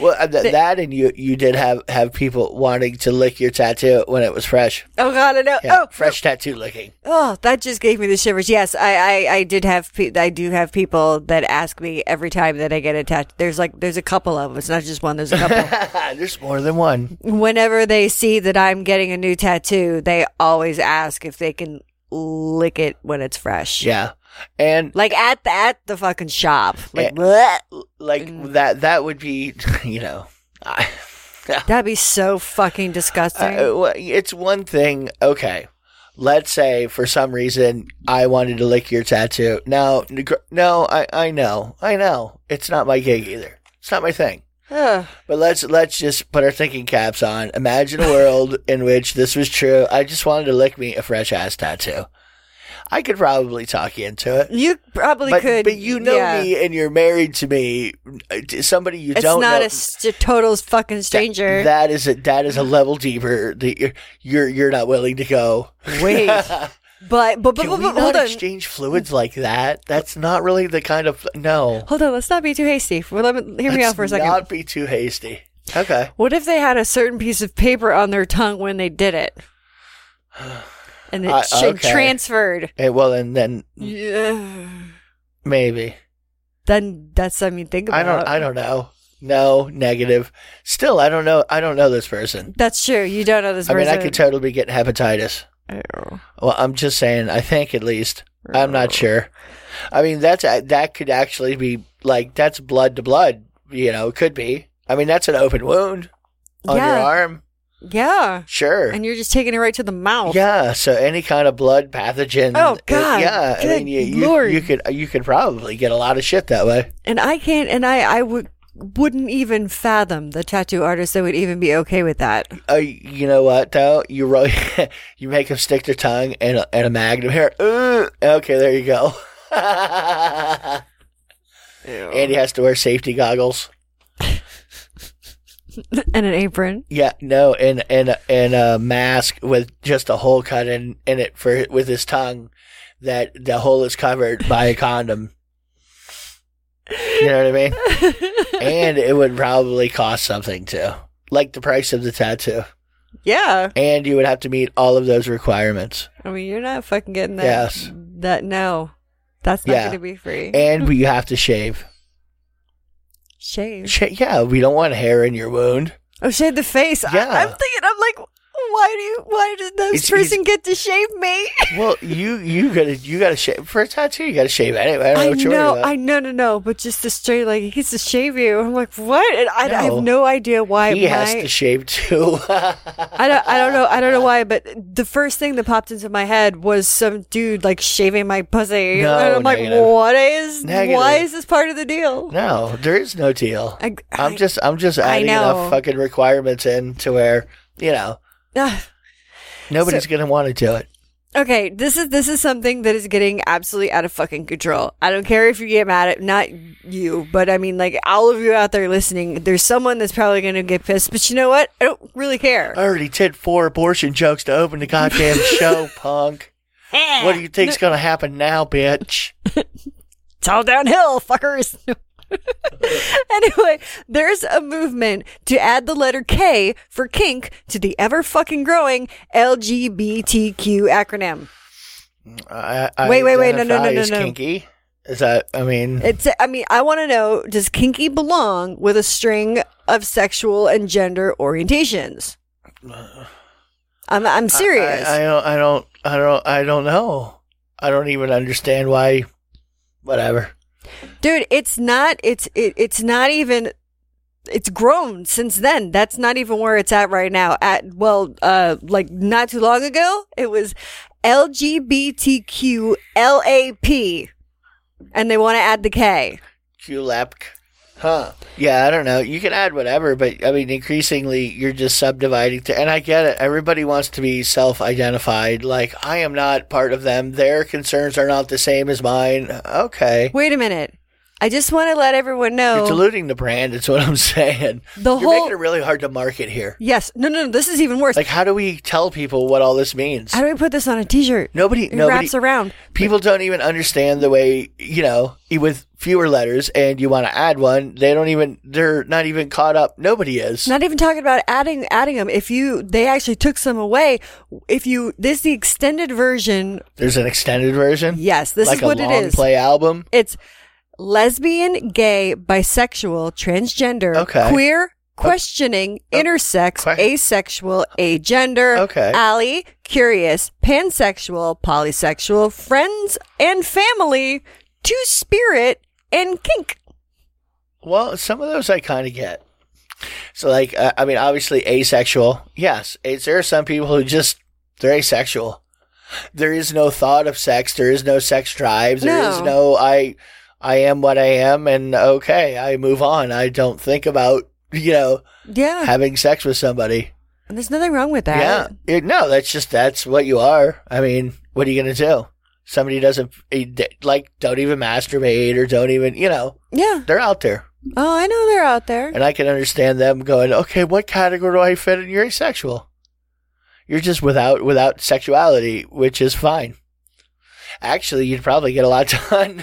Well, uh, th- that and you you did have have people wanting to lick your tattoo when it was fresh.
Oh God, I know.
Yeah,
Oh,
fresh tattoo licking.
oh, that just gave me the shivers. Yes, I, I, I did have, pe- I do have people that ask me every time that I get a tattoo. There's like, there's a couple of them. It's not just one. There's a couple.
There's more than one.
Whenever they see that I'm getting a new tattoo, they always ask if they can lick it when it's fresh.
Yeah, and
Like at the, at the fucking shop. Like,
Eh.
bleh.
like that that would be you know I,
That'd be so fucking disgusting.
I- Uh, well, it's one thing okay let's say for some reason i wanted to lick your tattoo now neg- no i i know i know it's not my gig either it's not my thing
Ugh.
but let's let's just put our thinking caps on imagine a world in which this was true i just wanted to lick me a fresh ass tattoo i could probably talk you into it
you probably
but,
could.
but you know
yeah.
me and you're married to me uh, to somebody you
It's
don't
not
know
a s- a total fucking stranger.
That is a that is a level deeper that you're you're, you're not willing to go.
Wait, but but but,
Can
but,
we
but
not
hold on,
exchange fluids like that? That's not really the kind of no.
hold on. Let's not be too hasty. Well, let me, hear me
Let's
out for a second.
Not be too hasty. Okay.
what if they had a certain piece of paper on their tongue when they did it, and it
I-
sh-
okay.
transferred?
Eh, well, and then
Yeah.
maybe
Then that's I mean think about.
I don't.
it.
I don't know. No, negative. Still, I don't know. I don't know this person.
That's true. You don't know this
I mean,
person.
I could totally be getting hepatitis.
Ew.
Well, I'm just saying. I think at least. I'm not sure. I mean, that's uh, that could actually be like that's blood to blood. You know, it could be. I mean, that's an open wound on your
Yeah.
arm.
Yeah,
Sure.
and you're just taking it right to the mouth.
yeah. So any kind of blood pathogen.
Oh,
it-
God.
yeah. I
Good
mean, you, you,
Lord.
you could you could probably get a lot of shit that way.
and I can't, and I I would wouldn't even fathom the tattoo artist that would even be okay with that.
Uh, you know what though? You roll, you make them stick their tongue and a, and a magnum here. Ooh, okay, there you go. Andy has to wear safety goggles.
and an apron.
Yeah, no, and and and a mask with just a hole cut in in it for with his tongue, that the hole is covered by a condom. You know what I mean? and it would probably cost something too, like the price of the tattoo,
Yeah.
and you would have to meet all of those requirements.
I mean, you're not fucking getting that.
Yes.
That no, that's not
Yeah.
going to be free.
And we- you have to shave.
shave.
Sh- yeah, we don't want hair in your wound.
Oh, shave the face. I,
Yeah.
I'm thinking. I'm like, why do you? Why did this
It's-
person get to shave me?
Well, you you gotta you gotta shave for a tattoo. You gotta shave anyway. I don't know
I
what you're worried
know,
about.
I no, no, no. But just the straight, like he gets to shave you. I'm like, what? And I, I
No.
have no idea why.
he has
my-
to shave too.
I don't, I don't know. I don't know why, but the first thing that popped into my head was some dude like shaving my pussy.
No,
and I'm like,
negative.
what is, why
Negative.
is this part of the deal?
No, there is no deal.
I-
I, am just I'm just
I
adding
know.
enough fucking requirements in to where you know
Ah,
nobody's gonna want to do it.
Okay, this is this is something that is getting absolutely out of fucking control. I don't care if you get mad at not you, but I mean like all of you out there listening, there's someone that's probably gonna get pissed, but you know what? I don't really care.
I already did four abortion jokes to open the goddamn show, punk. What do you think's gonna happen now, bitch?
it's all downhill, fuckers. anyway, there's a movement to add the letter K for kink to the ever fucking growing LGBTQ acronym.
I, I wait, wait, wait! No, no, no, no, no. Kinky. Is that? I mean,
it's. I mean, I want to know: Does kinky belong with a string of sexual and gender orientations? I'm. I'm serious.
I, I, I don't. I don't. I don't. I don't know. I don't even understand why. Whatever
dude it's not it's it, it's not even it's grown since then that's not even where it's at right now at well uh like not too long ago it was lgbtqlap and they want to add the k
qlap huh yeah i don't know you can add whatever but i mean increasingly you're just subdividing to and i get it everybody wants to be self-identified like i am not part of them their concerns are not the same as mine okay
wait a minute I just want to let everyone know.
You're diluting the brand. It's what I'm saying.
The
You're
whole,
making it really hard to market here.
Yes. No, no, no. This is even worse.
Like, how do we tell people what all this means?
How do we put this on a T-shirt?
Nobody,
it
nobody
wraps around.
People don't even understand the way you know with fewer letters, and you want to add one. They don't even. They're not even caught up. Nobody is.
Not even talking about adding adding them. If you, they actually took some away. If you, this is the extended version.
There's an extended version.
Yes, this
like
is what
a long
it is.
Play album.
It's lesbian, gay, bisexual, transgender,
Okay. Oh,
queer, questioning, intersex, asexual, agender,
Okay.
ally, curious, pansexual, polysexual, friends and family, two spirit, and kink.
Well, some of those I kind of get. So, like, uh, I mean, obviously, asexual. Yes, it's, there are some people who just they're asexual. There is no thought of sex. There is no sex drives. There is
No.
no I. I am what I am, and okay, I move on. I don't think about you know
Yeah.
having sex with somebody.
and there's nothing wrong with that.
Yeah, It- no, that's just that's what you are. I mean, what are you gonna do? Somebody doesn't eh, like don't even masturbate or don't even you know
Yeah.
they're out there.
Oh, I know they're out there.
And I can understand them going, okay, what category do I fit in? You're asexual. You're just without without sexuality, which is fine. Actually, you'd probably get a lot done.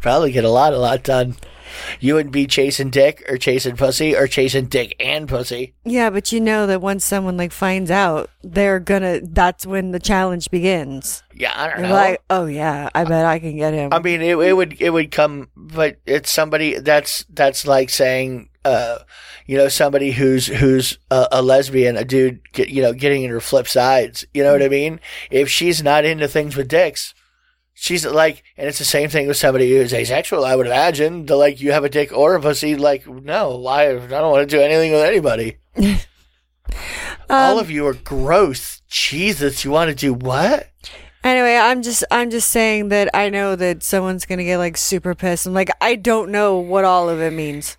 probably get a lot, a lot done. You wouldn't be chasing dick or chasing pussy or chasing dick and pussy.
Yeah, but you know that once someone like finds out, they're gonna. That's when the challenge begins.
Yeah, I don't
You're
know. Um,
like, oh yeah, I bet I can get him.
I mean, it, it would it would come, but it's somebody that's that's like saying, uh, you know, somebody who's who's a, a lesbian, a dude, get, you know, getting in her flip sides. You know what I mean? If she's not into things with dicks, she's like, and it's the same thing with somebody who's asexual. I would imagine the like you have a dick or a pussy. Like, no, why? I don't want to do anything with anybody. All of you are gross. Jesus, you want to do what?
Anyway, I'm just I'm just saying that I know that someone's gonna get like super pissed. I'm like, I don't know what all of it means.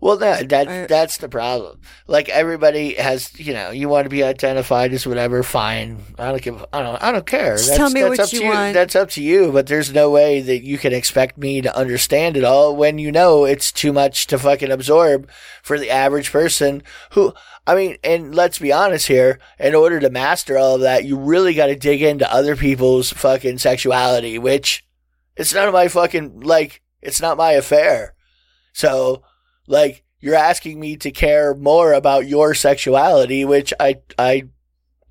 Well, that that
I-
that's the problem. Like everybody has, you know, you want to be identified as whatever. Fine, I don't give. I don't. I don't care.
Just
that's,
tell me
that's
what
up to
you want.
That's up to you. But there's no way that you can expect me to understand it all when you know it's too much to fucking absorb for the average person. Who, I mean, and let's be honest here. In order to master all of that, you really got to dig into other people's fucking sexuality, which it's none of my fucking like. It's not my affair. So, like, you're asking me to care more about your sexuality, which I, I,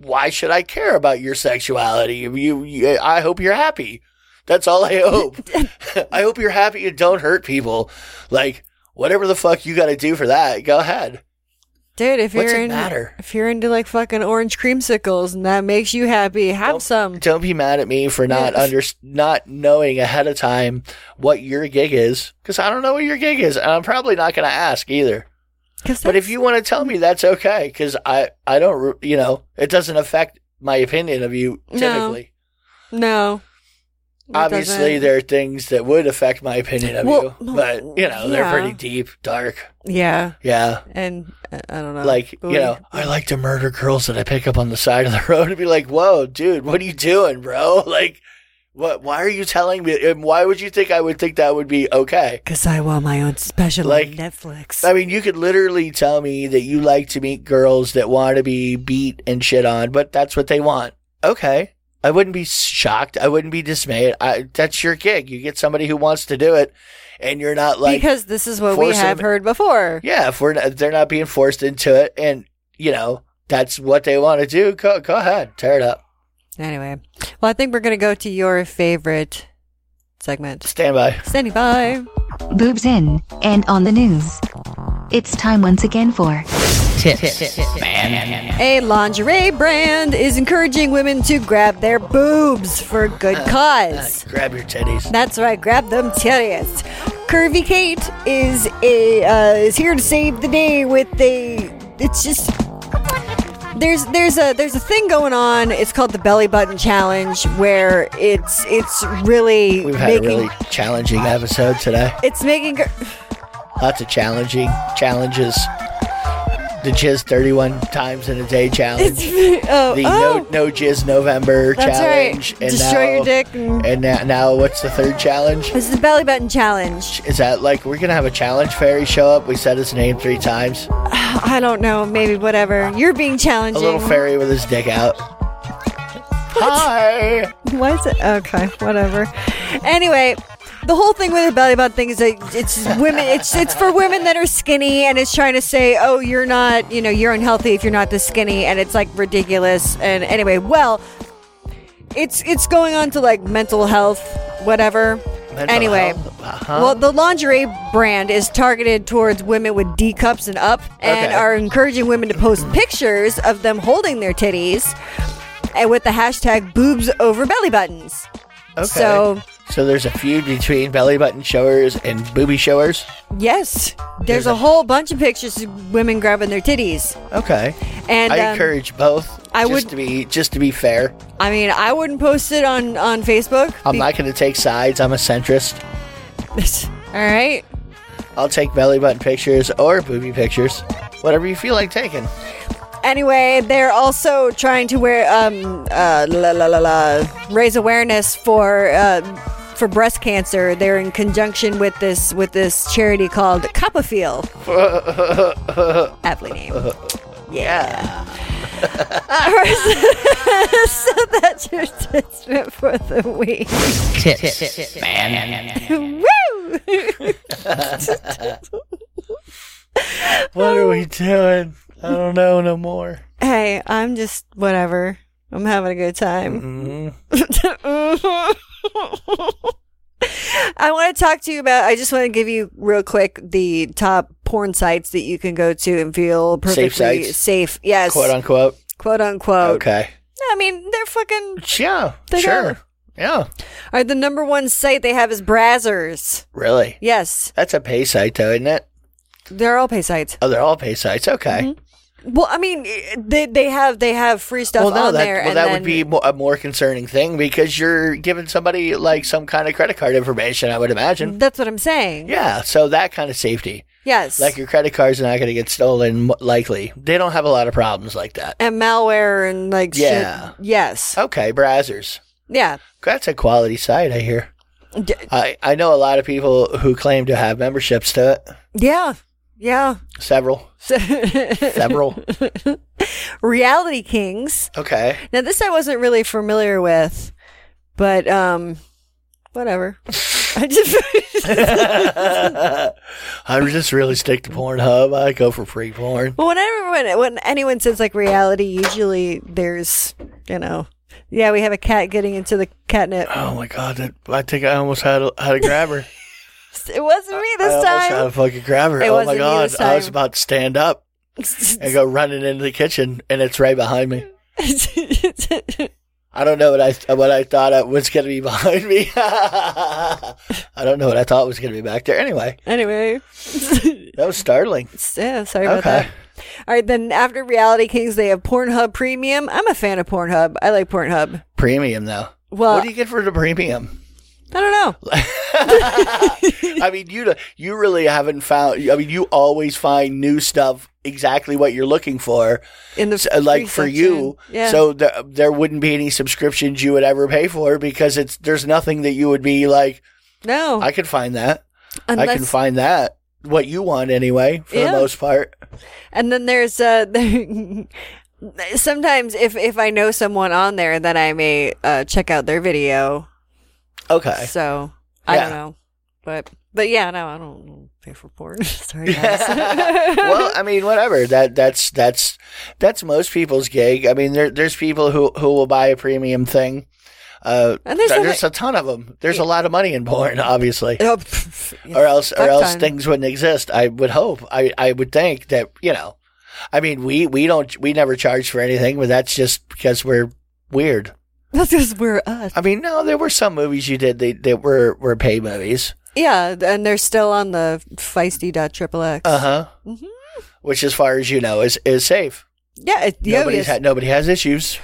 why should I care about your sexuality? You, you I hope you're happy. That's all I hope. I hope you're happy and don't hurt people. Like, whatever the fuck you got to do for that, go ahead.
Dude, if
What's
you're
it
in,
matter?
if you're into like fucking orange creamsicles and that makes you happy, have some.
Don't be mad at me for not under not knowing ahead of time what your gig is, because I don't know what your gig is, and I'm probably not going to ask either.
'Cause
But if you want to tell me, that's okay, because I I don't re- you know it doesn't affect my opinion of you
No.
typically.
no, It
Obviously,
doesn't-
there are things that would affect my opinion of
Well,
you, but you know
yeah.
they're pretty deep, dark.
Yeah.
Yeah,
And I I don't know.
like
But
you
we-
know, I like to murder girls that I pick up on the side of the road and be like, "Whoa, dude, what are you doing, bro? Like, what? Why are you telling me? And why would you think I would think that would be okay?"
Because I want my own special
Like-
on Netflix.
I mean, you could literally tell me that you like to meet girls that want to be beat and shit on, but that's what they want. Okay. I wouldn't be shocked. I wouldn't be dismayed. I, that's your gig. You get somebody who wants to do it, and you're not like
because this is what we
force
have
them-
heard before.
yeah. If we're not, they're not being forced into it, and you know that's what they want to do. Go, go ahead, tear it up.
Anyway, well, I think we're gonna go to your favorite segment.
Stand by.
Standing by.
Boobs in and on the news. It's time once again for
A lingerie brand is encouraging women to grab their boobs for
Uh,
good cause.
Grab your titties.
That's right, grab them titties. Curvy Kate is a uh, is here to save the day with a. It's just there's there's a there's a thing going on. It's called the belly button challenge, where it's it's really
We've had
making
a really challenging episode today.
it's making. gir-
Lots of challenging challenges. The jizz 31 times in a day challenge.
It's, oh,
the
oh,
no, no jizz November
That's right.
challenge.
Destroy
now,
your dick and-
And now, now, what's the third challenge?
this is the belly button challenge.
Is that like we're gonna have a challenge fairy show up? We said his name three times.
I don't know, maybe whatever. You're being
A
challenging.
little fairy with his dick out. Hi.
Why is it okay? Whatever. Anyway, the whole thing with the belly button thing is that it's women. It's it's for women that are skinny, and it's trying to say, oh, you're not, you know, you're unhealthy if you're not this skinny, and it's like ridiculous. And anyway, well, it's it's going on to like mental health, whatever.
Mental
anyway.
health, uh-huh.
Well, the lingerie brand is targeted towards women with D cups and up and
Okay.
are encouraging women to post pictures of them holding their titties and with the hashtag boobs over belly buttons.
okay.
So,
So there's a feud between belly button showers and booby showers.
yes, there's a whole bunch of pictures of women grabbing their titties.
Okay.
And
I
um,
encourage both.
I
just
would-
to be just to be fair.
I mean, I wouldn't post it on on Facebook.
I'm
be-
not gonna take sides. I'm a centrist.
All right.
I'll take belly button pictures or booby pictures. Whatever you feel like taking.
Anyway, they're also trying to wear um uh la la la la raise awareness for uh for breast cancer. They're in conjunction with this with this charity called Copperfield. Aptly named.
Yeah.
so that's your tidbit for the week. Woo!
What are we doing? I don't know no more.
hey, I'm just whatever. I'm having a good time.
Mm-hmm.
I want to talk to you about. I just want to give you real quick the top porn sites that you can go to and feel perfectly
sites?
safe. Yes,
Quote unquote.
Quote unquote.
Okay.
I mean, they're fucking.
Oh. Yeah.
They
sure.
got-
Yeah.
All right, the number one site they have is Brazzers.
Really?
Yes,
That's a pay site though, isn't it?
they're all pay sites.
Oh, they're all pay sites. Okay.
Well, I mean, eh, they they have they have free stuff
Well, no,
on
that,
there.
well,
and
that
then,
would be mo- a more concerning thing because you're giving somebody like some kind of credit card information, I would imagine.
That's what I'm saying.
Yeah. So that kind of safety.
Yes.
Like your credit card's not going to get stolen, mo- likely. They don't have a lot of problems like that.
and malware and like
Yeah.
shit. Yes.
Okay, Brazzers.
Yeah.
That's a quality site, I hear.
D-
I, I know a lot of people who claim to have memberships to it.
yeah. Yeah.
Several. Several.
Reality Kings.
Okay.
Now this I wasn't really familiar with, but um whatever. I just
I would just really stick to Pornhub. I go for free porn.
Well, whenever when, when anyone says like reality, usually there's you know, yeah, we have a cat getting into the catnip.
Oh my god! That, I think I almost had a, had a grabber.
It wasn't me
I
this
almost
time.
had a fucking grabber.
It
oh
wasn't
my
you
god!
this
I was
time.
about to stand up and go running into the kitchen, and it's right behind me. I don't know what I what I thought it was going to be behind me. I don't know what I thought was going to be back there. Anyway,
anyway,
that was startling.
yeah, sorry about
Okay.
that. All right, then after Reality Kings, they have Pornhub Premium. I'm a fan of Pornhub. I like Pornhub.
Premium though.
Well-
what do you get for the premium?
I don't know.
I mean, you you really haven't found. I mean, you always find new stuff exactly what you're looking for.
In the
So, like for
free section.
you,
Yeah.
so there, there wouldn't be any subscriptions you would ever pay for because it's there's nothing that you would be like,
no,
I could find that. I can
Unless-
find that what you want anyway for
Yeah.
the most part.
And then there's uh, sometimes if if I know someone on there, then I may uh, check out their video.
Okay.
So I don't
Yeah.
know, but but yeah, no, I don't pay for porn. Sorry, guys.
well, I mean, whatever. That that's that's that's most people's gig. I mean, there there's people who who will buy a premium thing. Uh,
And
there's,
there's other-
a ton of them. There's a lot of money in porn, obviously, or else or
fuck
else
ton.
things wouldn't exist. I would hope. I I would think that you know. I mean, we we don't we never charge for anything, but that's just because we're weird.
That's just we're us.
I mean, no, there were some movies you did that, that were were pay movies.
Yeah, and they're still on the feisty dot triple X.
Uh huh. Which, as far as you know, is is safe.
Yeah, it, yeah,
Nobody's
yes.
had nobody has issues.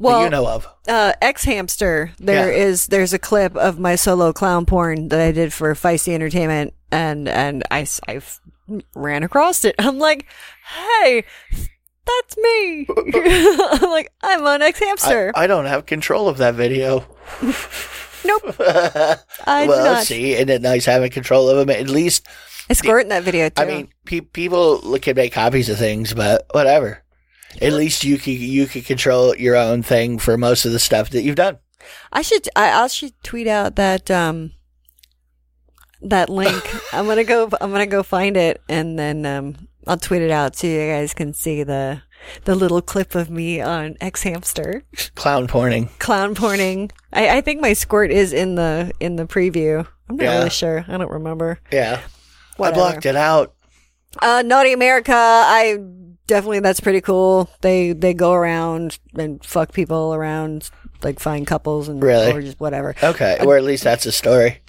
well,
that you know of.
Uh, X Hamster. There is
Yeah.
there's a clip of my solo clown porn that I did for Feisty Entertainment, and and I s- I f- ran across it. I'm like, hey, that's me. I'm like, I'm on X Hamster.
I, I don't have control of that video.
nope, I
I
do
well,
not.
see, isn't it nice having control of them? At least,
I squirt in that video too.
I mean, pe- people look- can make copies of things, but whatever. At least you can you can control your own thing for most of the stuff that you've done.
I should I, I should tweet out that um that link. I'm gonna go I'm gonna go find it and then um I'll tweet it out so you guys can see the the little clip of me on X Hamster
Clown porning.
clown porning. I, I think my squirt is in the in the preview. I'm not
Yeah.
really sure. I don't remember.
Yeah,
Whatever.
I blocked it out.
Uh, Naughty America. I definitely that's pretty cool. They they go around and fuck people around, like find couples and
Really?
or just whatever.
Okay, or at least that's a story.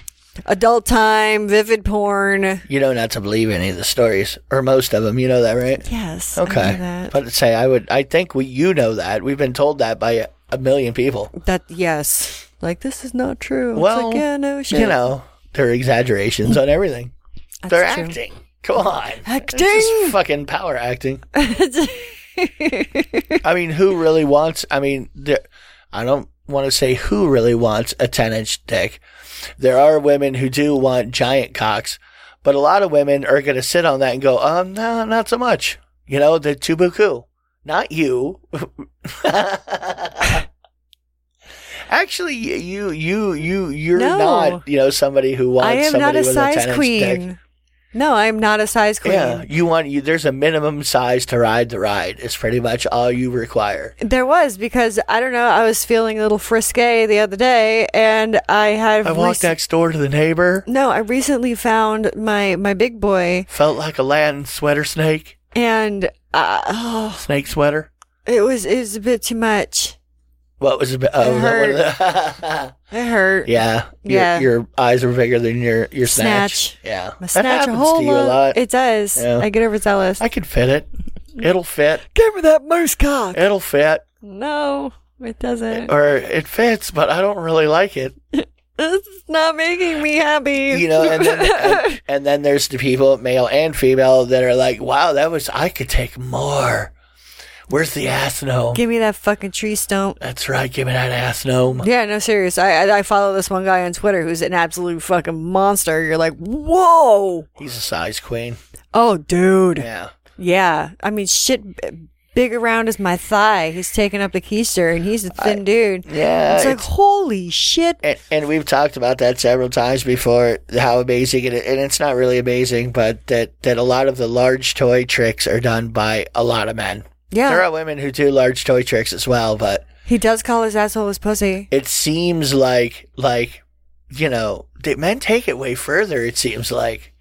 Adult time, vivid porn.
You know not to believe any of the stories or most of them. You know that, right?
Yes. I know
Okay,
that.
but say I would. I think we you know that we've been told that by a, a million people.
That yes. Like this is not true. It's
Well,
like, yeah, no shit.
You know, they're exaggerations on everything.
That's
they're
true.
acting. Come on.
Acting.
This is fucking power acting. I mean, who really wants, I mean, there, I don't want to say who really wants a 10 inch dick. There are women who do want giant cocks, but a lot of women are going to sit on that and go, um, no, not so much. You know, the tubuku. Not you. Actually, you, you, you, you're
No.
not, you know, somebody who wants
I am
somebody
not a
with a 10
size
inch dick.
queen. No, I'm not a size queen.
Yeah, you want you. There's a minimum size to ride the ride. It's pretty much all you require.
There was because I don't know. I was feeling a little frisky the other day, and I had
I walked
rec-
next door to the neighbor.
No, I recently found my my big boy,
Felt like a Latin sweater snake,
and uh, oh,
snake sweater.
it was it was a bit too much.
What was it? ba-
It
Oh, was that one of
It hurt.
the- yeah, your,
Yeah.
Your eyes are bigger than your your snatch.
Snatch.
Yeah,
My
That
snatch a
happens
whole
to you a lot.
It does.
Yeah.
I get overzealous.
I can fit it. It'll fit.
Give me that moose cock.
It'll fit.
No, it doesn't.
Or it fits, but I don't really like it.
This is not making me happy.
you know and then and, and then there's the people male and female that are like wow that was i could take more where's the ass gnome
Give me that fucking tree stump.
that's right give me that ass gnome
Yeah, no, serious. I, I I follow this one guy on Twitter who's an absolute fucking monster. You're like, whoa,
he's a size queen
oh, dude.
yeah
Yeah, I mean, shit, b- big around is my thigh. He's taking up the keister, and he's a thin dude.
yeah,
it's like
uh, it's- Eh,
holy shit.
and, and we've talked about that several times before how amazing it and it's not really amazing but that that a lot of the large toy tricks are done by a lot of men
Yeah.
there are women who do large toy tricks as well but
He does call his asshole his pussy.
it seems like like you know the men take it way further it seems like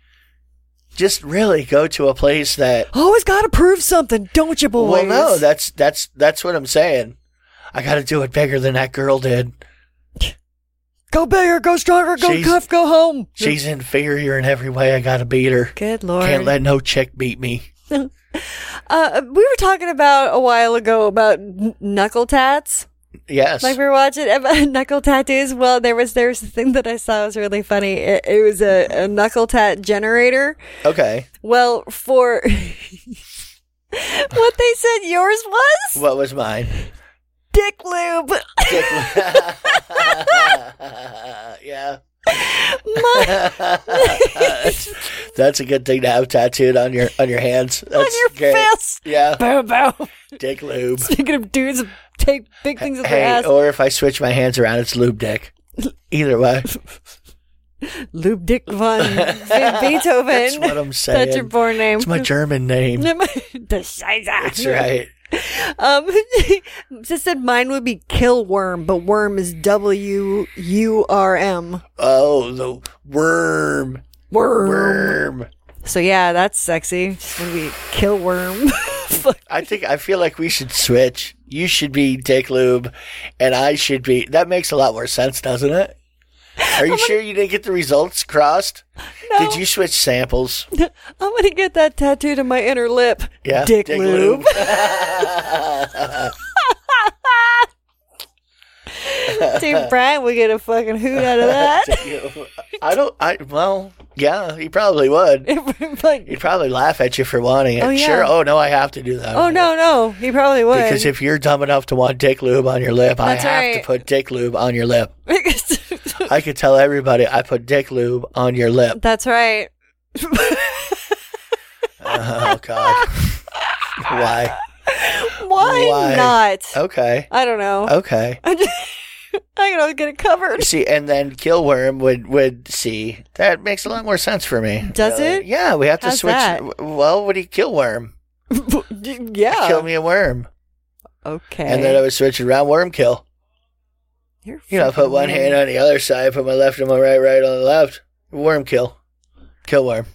just really go to a place that
Always gotta prove something, don't you, boys?
well no that's that's that's what i'm saying i gotta do it bigger than that girl did
go bigger, go stronger, go
She's-
cuff, go home.
she's inferior in every way i gotta beat her
Good lord.
can't let no chick beat me
uh, we were talking about a while ago about n- knuckle tats.
Yes.
Like we were watching about knuckle tattoos. Well, there was there's a thing that I saw was really funny. It, it was a, a knuckle tat generator.
Okay.
Well, for what they said yours was
What was mine?
dick lube.
Dick yeah. That's a good thing to have tattooed on your on your hands. That's
your
great.
fist.
Yeah.
Bow bow.
Dick lube.
Speaking of dudes, take big things up their
Hey,
ass.
oh. or if I switch my hands around, it's lube dick. Either way.
Lube Dick von Be- Beethoven.
That's what I'm saying.
That's your born name.
It's my German name.
the Scheisse.
That's right.
Um, just said mine would be kill worm, but worm is W U R M.
Oh, the worm.
Worm.
Worm.
So yeah, that's sexy. Just want to be kill worm.
I think I feel like we should switch. You should be Dick Lube, and I should be. That makes a lot more sense, doesn't it? Are you sure you didn't get the results crossed? Did you switch samples?
I'm gonna get that tattooed on my inner lip.
Yeah,
Dick, lube. Dude, Brian would get a fucking hoot out of that.
I don't. I well, yeah, he probably would.
like,
He'd probably laugh at you for wanting it.
Oh, yeah.
Sure. Oh no, I have to do that.
oh no, no, he probably would.
Because if you're dumb enough to want dick lube on your lip,
That's
I have
right.
to put dick lube on your lip.
Because-
I could tell everybody I put dick lube on your lip.
that's right.
Oh God. Why?
Why, not?
Oh. Okay.
I don't know.
Okay.
I just, I can always get it covered.
See, and then Killworm would would see that makes a lot more sense for me.
Does
Really?
it?
Yeah, we have to
How's
switch.
that?
w- Well, what do you kill worm?
yeah.
Kill me a worm,
Oh. Okay.
and then I would switch it around. Worm kill.
You're
You know, put
fucking
one
weird.
hand on the other side, put my left and my right, right on the left. Worm kill, kill worm.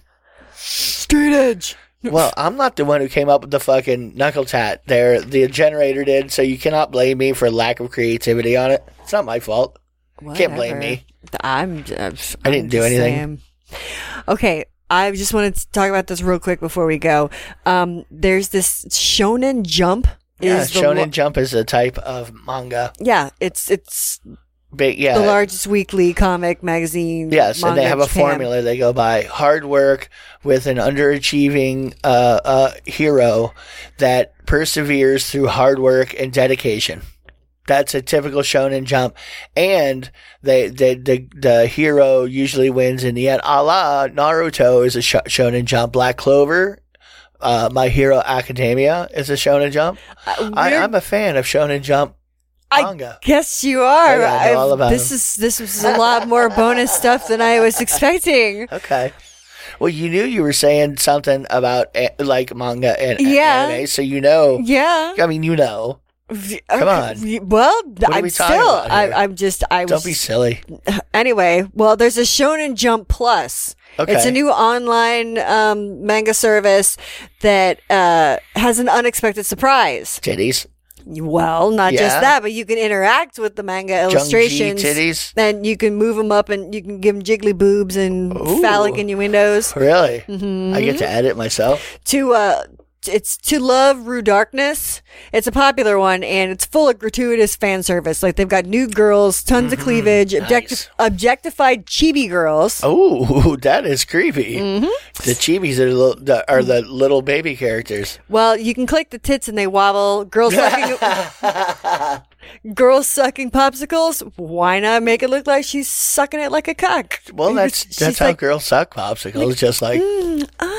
straight edge.
Well, I'm not the one who came up with the fucking knuckle tat. There, the generator did, so you cannot blame me for lack of creativity on it. It's not my fault. Can't blame
Whatever.
me.
I'm. j- I'm s-
I
I'm
didn't do
just
anything.
saying. Okay. I just wanted to talk about this real quick before we go. Um, there's this Shonen Jump.
Yeah,
the
Shonen
lo-
Jump is a type of manga.
yeah, it's it's
But yeah,
the largest weekly comic magazine.
Uh, yes, and
manga
they have a
Japan.
formula they go by: hard work with an underachieving uh, uh, hero that perseveres through hard work and dedication. That's a typical Shonen Jump, and they, they the the hero usually wins in the end. A la Naruto is a sh- Shonen Jump. Black Clover, uh, My Hero Academia is a Shonen Jump. I,
Uh, we're-
I'm a fan of Shonen Jump
I
manga.
Yes, you are.
Yeah, I know
I've-
all about
this
them.
is this was a lot more bonus stuff than I was expecting.
Okay. Well, you knew you were saying something about eh, like manga and a-
Yeah.
anime, so you know.
Yeah.
I mean, you know.
Come
on.
Well,
are
I'm
we
still.
talking about
I,
here?
I'm just. I
Don't
was.
be silly.
anyway, well, there's a Shonen Jump Plus.
Okay.
It's a new online um, manga service that uh, has an unexpected surprise.
Titties.
Well, not
Yeah.
just that, but you can interact with the manga illustrations.
titties.
And you can move them up and you can give them jiggly boobs and
Ooh.
phallic innuendos.
Really? I get
Mm-hmm.
to edit myself.
To, uh, t- it's To Love Rue Darkness. It's a popular one and it's full of gratuitous fan service. Like they've got new girls, tons of cleavage, objecti-
Mm-hmm. Nice.
objectified chibi girls.
Oh, that is creepy.
Mm-hmm.
The chibis are the, the are the little baby characters.
Well, you can click the tits and they wobble. Girls sucking, girls sucking popsicles. Why not make it look like she's sucking it like a cock?
Well, that's
She's
that's how
like, mm, uh,
girls suck popsicles, just like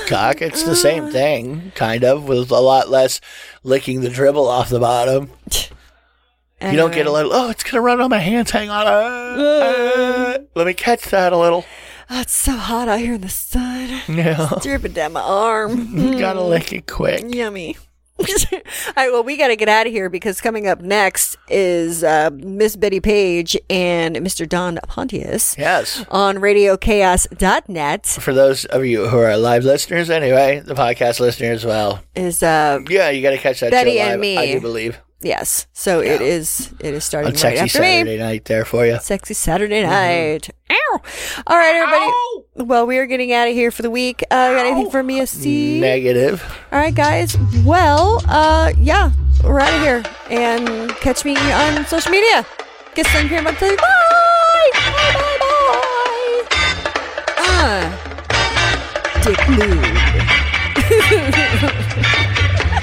cock. It's the same thing, kind of, with a lot less licking the dribble off the bottom. You don't get a
anyway.
little. Oh, it's gonna run on my hands. Hang on. Uh, uh, let me catch that a little.
Oh, it's so hot out here in the sun.
Yeah,
Dripping down my arm.
gotta lick it quick.
Yummy. All right, well, we got to get out of here because coming up next is uh, Miss Betty Page and Mr. Don Pontius
Yes.
on RadioChaos.net.
For those of you who are live listeners, anyway, the podcast listeners, well,
Is uh,
yeah, you gotta catch that
Betty
show live.
and me.
I do believe.
Yes. So it is. It is starting
On
right
sexy
after
Saturday
me.
night there for you.
Sexy Saturday night. Ow! All right, everybody. Well, we are getting out of here for the week. Uh, got anything for me, a C?
Negative.
All right, guys. Well, uh, yeah, we're out of here. And catch me on social media. Guess I'm here. Bye. Bye. Bye. Bye. Bye. Uh, Dick Lube.